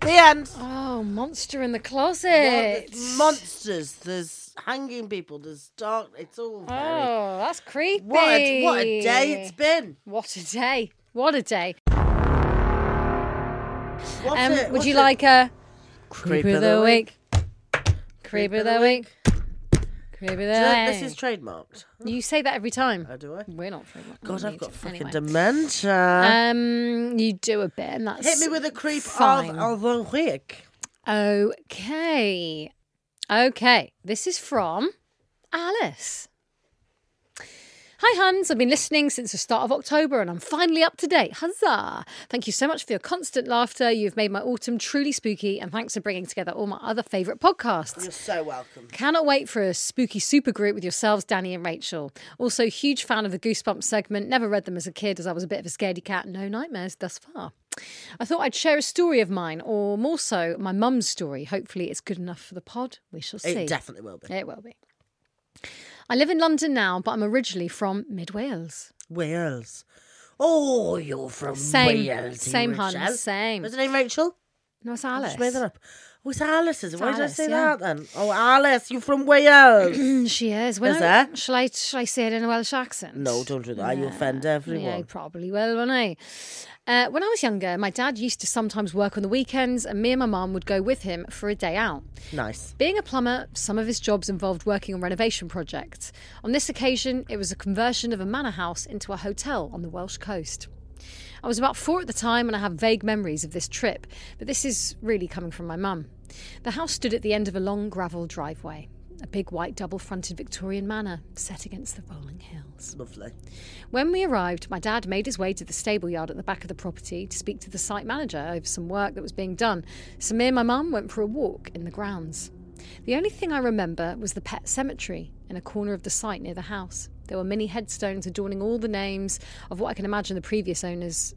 Speaker 2: The end.
Speaker 1: Oh, monster in the closet.
Speaker 2: Well, there's monsters. There's hanging people. There's dark. It's all very.
Speaker 1: Oh, that's creepy.
Speaker 2: What a, what a day it's been.
Speaker 1: What a day. What a day.
Speaker 2: What
Speaker 1: Um,
Speaker 2: a-
Speaker 1: would
Speaker 2: what
Speaker 1: you
Speaker 2: a-
Speaker 1: like a
Speaker 2: Creep
Speaker 1: creep
Speaker 2: of
Speaker 1: of the
Speaker 2: the
Speaker 1: week? Creep of the week. Creep of the
Speaker 2: Do you know, this
Speaker 1: week.
Speaker 2: is trademarked.
Speaker 1: You say that every time.
Speaker 2: How do I?
Speaker 1: We're not trademark.
Speaker 2: God,
Speaker 1: We
Speaker 2: I've
Speaker 1: need
Speaker 2: got
Speaker 1: to.
Speaker 2: fucking
Speaker 1: Mm, Anyway.
Speaker 2: dementia.
Speaker 1: Um, you do a bit, and that's
Speaker 2: Hit me with a creep
Speaker 1: fine.
Speaker 2: of, of the week.
Speaker 1: Okay. Okay. This is from Alice. Hi, Hans. I've been listening since the start of October and I'm finally up to date. Huzzah! Thank you so much for your constant laughter. You've made my autumn truly spooky, and thanks for bringing together all my other favourite podcasts.
Speaker 2: You're so welcome.
Speaker 1: Cannot wait for a spooky supergroup with yourselves, Danny and Rachel. Also, huge fan of the Goosebumps segment. Never read them as a kid as I was a bit of a scaredy cat. No nightmares thus far. I thought I'd share a story of mine, or more so, my mum's story. Hopefully, it's good enough for the pod. We shall see.
Speaker 2: It definitely will be.
Speaker 1: It will be. I live in London now, but I'm originally from mid Wales.
Speaker 2: Wales. Oh, you're from
Speaker 1: Same-
Speaker 2: Wales. you
Speaker 1: same, hun,
Speaker 2: Rachel.
Speaker 1: same.
Speaker 2: What's her name, Rachel?
Speaker 1: No, it's
Speaker 2: I
Speaker 1: Alice.
Speaker 2: Just made that up. Oh, it's Alice, is it? Why
Speaker 1: Alice,
Speaker 2: did I say
Speaker 1: yeah.
Speaker 2: that then? Oh, Alice, you're from Wales.
Speaker 1: She is. When
Speaker 2: Is
Speaker 1: I-
Speaker 2: there?
Speaker 1: Shall I, shall I say it in a Welsh accent?
Speaker 2: no, don't do that. You offend everyone.
Speaker 1: Yeah, he probably will, won't I? Uh, when I was younger, my dad used to sometimes work on the weekends, and me and my mum would go with him for a day out.
Speaker 2: Nice.
Speaker 1: Being a plumber, some of his jobs involved working on renovation projects. On this occasion, it was a conversion of a manor house into a hotel on the Welsh coast. I was about four at the time and I have vague memories of this trip, but this is really coming from my mum. The house stood at the end of a long gravel driveway, a big white double fronted Victorian manor set against the rolling hills.
Speaker 2: Lovely.
Speaker 1: When we arrived, my dad made his way to the stable yard at the back of the property to speak to the site manager over some work that was being done. So me and my mum went for a walk in the grounds. The only thing I remember was the pet cemetery in a corner of the site near the house. There were many headstones adorning all the names of what I can imagine the previous owners.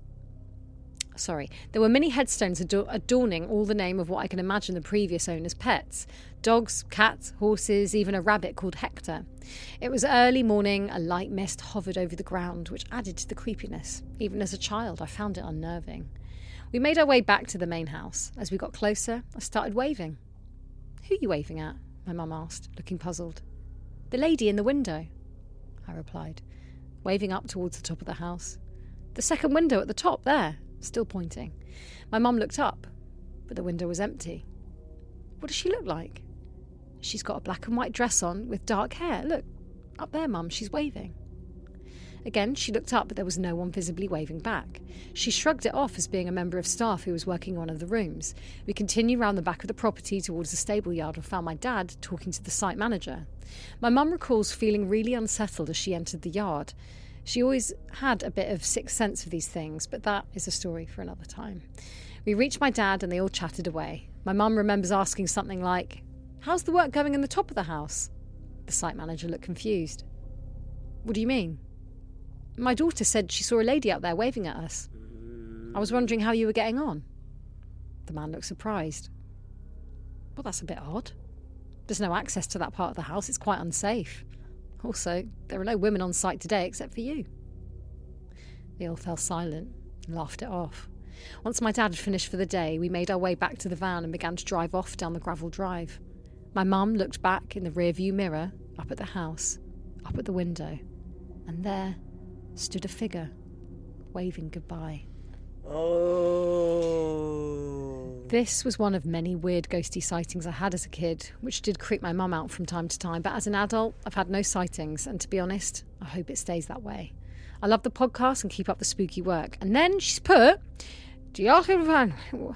Speaker 1: Sorry, there were many headstones ador- adorning all the name of what I can imagine the previous owners' pets dogs, cats, horses, even a rabbit called Hector. It was early morning, a light mist hovered over the ground, which added to the creepiness. Even as a child, I found it unnerving. We made our way back to the main house. As we got closer, I started waving. Who are you waving at? My mum asked, looking puzzled. The lady in the window, I replied, waving up towards the top of the house. The second window at the top there, still pointing. My mum looked up, but the window was empty. What does she look like? She's got a black and white dress on with dark hair. Look, up there, mum, she's waving. Again, she looked up, but there was no one visibly waving back. She shrugged it off as being a member of staff who was working in one of the rooms. We continued round the back of the property towards the stable yard and found my dad talking to the site manager. My mum recalls feeling really unsettled as she entered the yard. She always had a bit of sixth sense for these things, but that is a story for another time. We reached my dad and they all chatted away. My mum remembers asking something like, How's the work going in the top of the house? The site manager looked confused. What do you mean? My daughter said she saw a lady out there waving at us. I was wondering how you were getting on. The man looked surprised. Well, that's a bit odd. There's no access to that part of the house, it's quite unsafe. Also, there are no women on site today except for you. They all fell silent and laughed it off. Once my dad had finished for the day, we made our way back to the van and began to drive off down the gravel drive. My mum looked back in the rearview mirror, up at the house, up at the window, and there stood a figure waving goodbye.
Speaker 2: Oh.
Speaker 1: This was one of many weird ghosty sightings I had as a kid, which did creep my mum out from time to time. But as an adult, I've had no sightings, and to be honest, I hope it stays that way. I love the podcast and keep up the spooky work. And then she's put Joachim van. I'm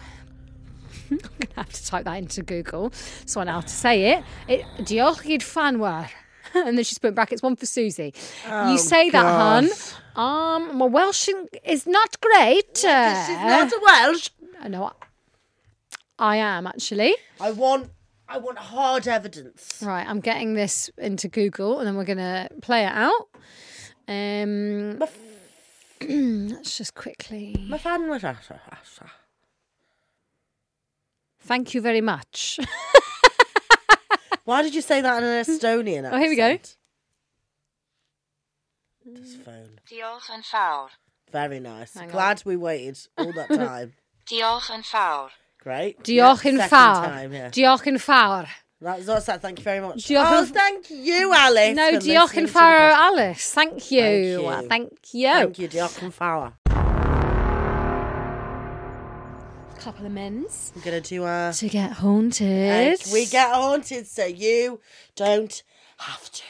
Speaker 1: going to have to type that into Google so I know how to say it. it Joachim Fanwar. And then she's put in brackets one for Susie.
Speaker 2: Oh,
Speaker 1: you say that, hun. Um, my Welsh is not great.
Speaker 2: This is not a Welsh.
Speaker 1: I know. I am actually.
Speaker 2: I want. I want hard evidence.
Speaker 1: Right, I'm getting this into Google and then we're going to play it out. Um, let's just quickly.
Speaker 2: My fan was
Speaker 1: Thank you very much.
Speaker 2: Why did you say that in an Estonian accent?
Speaker 1: Oh, here we go.
Speaker 2: This phone.
Speaker 4: Hmm. Diolch yn fawr.
Speaker 2: Very nice.
Speaker 1: Hang on.
Speaker 2: Glad we waited all that time.
Speaker 4: Diolch yn fawr.
Speaker 2: Great.
Speaker 1: Diolch
Speaker 2: Yeah,
Speaker 1: yn
Speaker 2: second
Speaker 1: fawr.
Speaker 2: time, yeah.
Speaker 1: Diolch yn fawr.
Speaker 2: That's that's that. Thank you very much.
Speaker 1: Diolch
Speaker 2: oh,
Speaker 1: yn-
Speaker 2: thank you, Alice.
Speaker 1: No,
Speaker 2: for
Speaker 1: diolch
Speaker 2: listening
Speaker 1: yn
Speaker 2: to the pod-
Speaker 1: fawr, Oh. Alice. Thank you.
Speaker 2: Thank
Speaker 1: Thank
Speaker 2: you. Thank
Speaker 1: you.
Speaker 2: you, diolch yn fawr.
Speaker 1: Couple of mins
Speaker 2: We're gonna do a.
Speaker 1: to get haunted.
Speaker 2: We get haunted, so you don't have to.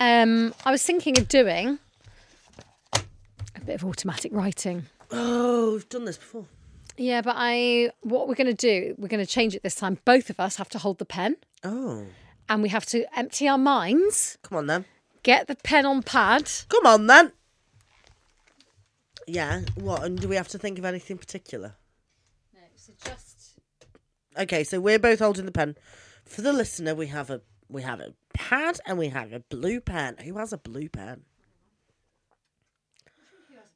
Speaker 1: Um, I was thinking of doing a bit of automatic writing.
Speaker 2: Oh, we've done this before.
Speaker 1: Yeah, but I what we're going to do, we're going to change it this time. Both of us have to hold the pen
Speaker 2: Oh,
Speaker 1: and we have to empty our minds,
Speaker 2: come on then.
Speaker 1: get the pen on pad.
Speaker 2: Come on then. Yeah. What? And do we have to think of anything particular?
Speaker 1: No, so just
Speaker 2: Okay, so we're both holding the pen. For the listener, we have a we have a pad and we have a blue pen. Who has a blue pen?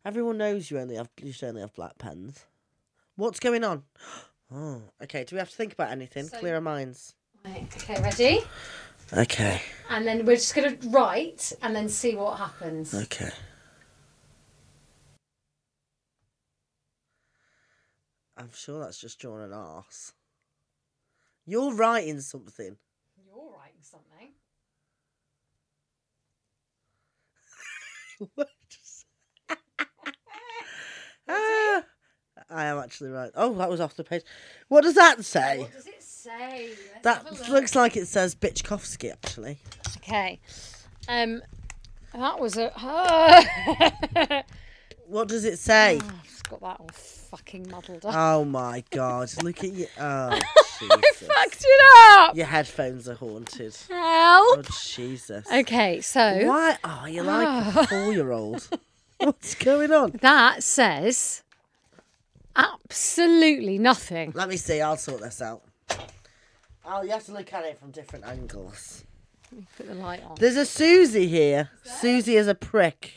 Speaker 2: Everyone knows you only have you should only have black pens. What's going on? Oh, okay. Do we have to think about anything? Clear our minds.
Speaker 1: right, okay, ready?
Speaker 2: Okay.
Speaker 1: And then we're just going to write and then see what happens.
Speaker 2: Okay. I'm sure that's just drawing an arse. You're writing something.
Speaker 1: You're writing something.
Speaker 2: What just- Ah, I am actually right. Oh, that was off the page. What does that say?
Speaker 1: does it say? Let's have a
Speaker 2: That
Speaker 1: look.
Speaker 2: looks like it says Bitchkovsky, actually.
Speaker 1: Okay. Um that was a
Speaker 2: What does it say?
Speaker 1: I've got that all fucking muddled up.
Speaker 2: Oh my god, look at you. Oh,
Speaker 1: I
Speaker 2: Jesus.
Speaker 1: fucked it up.
Speaker 2: Your headphones are haunted. Oh,
Speaker 1: Help.
Speaker 2: Jesus.
Speaker 1: Okay, so
Speaker 2: Why are you like
Speaker 1: Ah.
Speaker 2: a four year old? What's going on?
Speaker 1: That says absolutely nothing.
Speaker 2: Let me see, I'll sort this out. Oh, you have to look at it from different angles.
Speaker 1: Put the light on.
Speaker 2: There's a Susie here. Susie is a prick.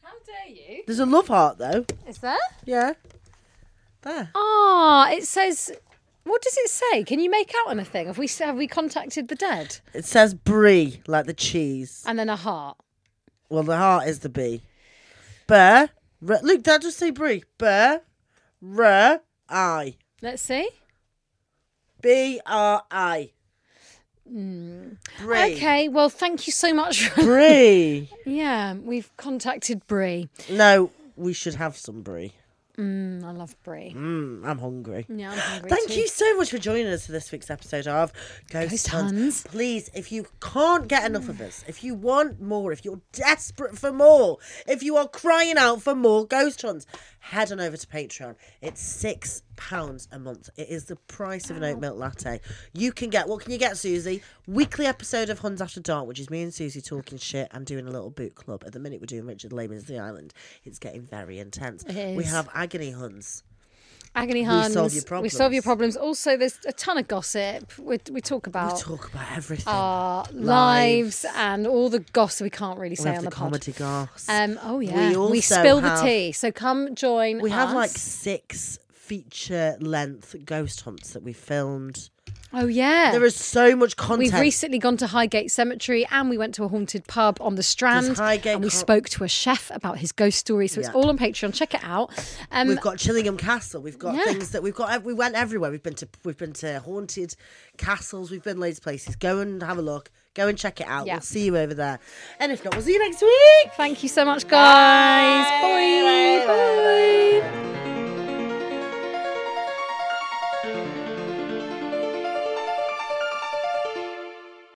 Speaker 1: How dare you?
Speaker 2: There's a love heart though.
Speaker 1: Is there?
Speaker 2: Yeah. There.
Speaker 1: Ah, it says. What does it say? Can you make out anything? Have we s- have we contacted the dead?
Speaker 2: It says brie like the cheese.
Speaker 1: And then a heart.
Speaker 2: Well, the heart is the bee. Burr. Re- Look, Dad just say brie. Burr. R. I.
Speaker 1: Let's see.
Speaker 2: B. R. I. Brie.
Speaker 1: Okay. Well, thank you so much. for-
Speaker 2: Brie.
Speaker 1: yeah, we've contacted Brie.
Speaker 2: no, we should have some brie.
Speaker 1: Mm, I love Brie.
Speaker 2: Mm, I'm hungry.
Speaker 1: Yeah, I'm hungry
Speaker 2: Thank
Speaker 1: too.
Speaker 2: you so much for joining us for this week's episode of Ghost,
Speaker 1: Ghost
Speaker 2: Hunt.
Speaker 1: Huns.
Speaker 2: Please, if you can't get enough of us, if you want more, if you're desperate for more, if you are crying out for more Ghost Hunts, head on over to Patreon. It's six pounds a month. It is the price of an oat milk latte. You can get what can you get, Susie? Weekly episode of Huns After Dark, which is me and Susie talking shit and doing a little book club. At the minute, we're doing Richard Lehman's The Island. It's getting very intense.
Speaker 1: It
Speaker 2: We
Speaker 1: is.
Speaker 2: have agony huns.
Speaker 1: Agony
Speaker 2: solve
Speaker 1: Hans.
Speaker 2: your
Speaker 1: We solve your
Speaker 2: problems.
Speaker 1: problems. Also, there's a ton of gossip. We, we talk about
Speaker 2: We talk about everything.
Speaker 1: our
Speaker 2: lives.
Speaker 1: lives. and all the gossip we can't really
Speaker 2: We
Speaker 1: say
Speaker 2: have
Speaker 1: on
Speaker 2: the,
Speaker 1: the, pod.
Speaker 2: comedy goss.
Speaker 1: Um, oh yeah, we,
Speaker 2: also
Speaker 1: spill
Speaker 2: have-
Speaker 1: the tea. So come join.
Speaker 2: we have like
Speaker 1: us.
Speaker 2: six feature length ghost hunts that we filmed.
Speaker 1: oh yeah.
Speaker 2: There is so much content.
Speaker 1: We've recently gone to Highgate Cemetery and we went to a haunted pub on the Strand.
Speaker 2: Highgate
Speaker 1: and we
Speaker 2: Cor-
Speaker 1: spoke to a chef about his ghost story. So
Speaker 2: Yeah.
Speaker 1: it's all on Patreon. Check it out. Um,
Speaker 2: We've got Chillingham Castle. We've got
Speaker 1: Yeah.
Speaker 2: things that we've got. We went everywhere. We've been to we've been to haunted castles. We've been loads of places. Go and have a look. Go and check it out.
Speaker 1: Yeah.
Speaker 2: We'll see you over there. And if not, we'll see you next week.
Speaker 1: thank you so much, guys. Bye. Bye.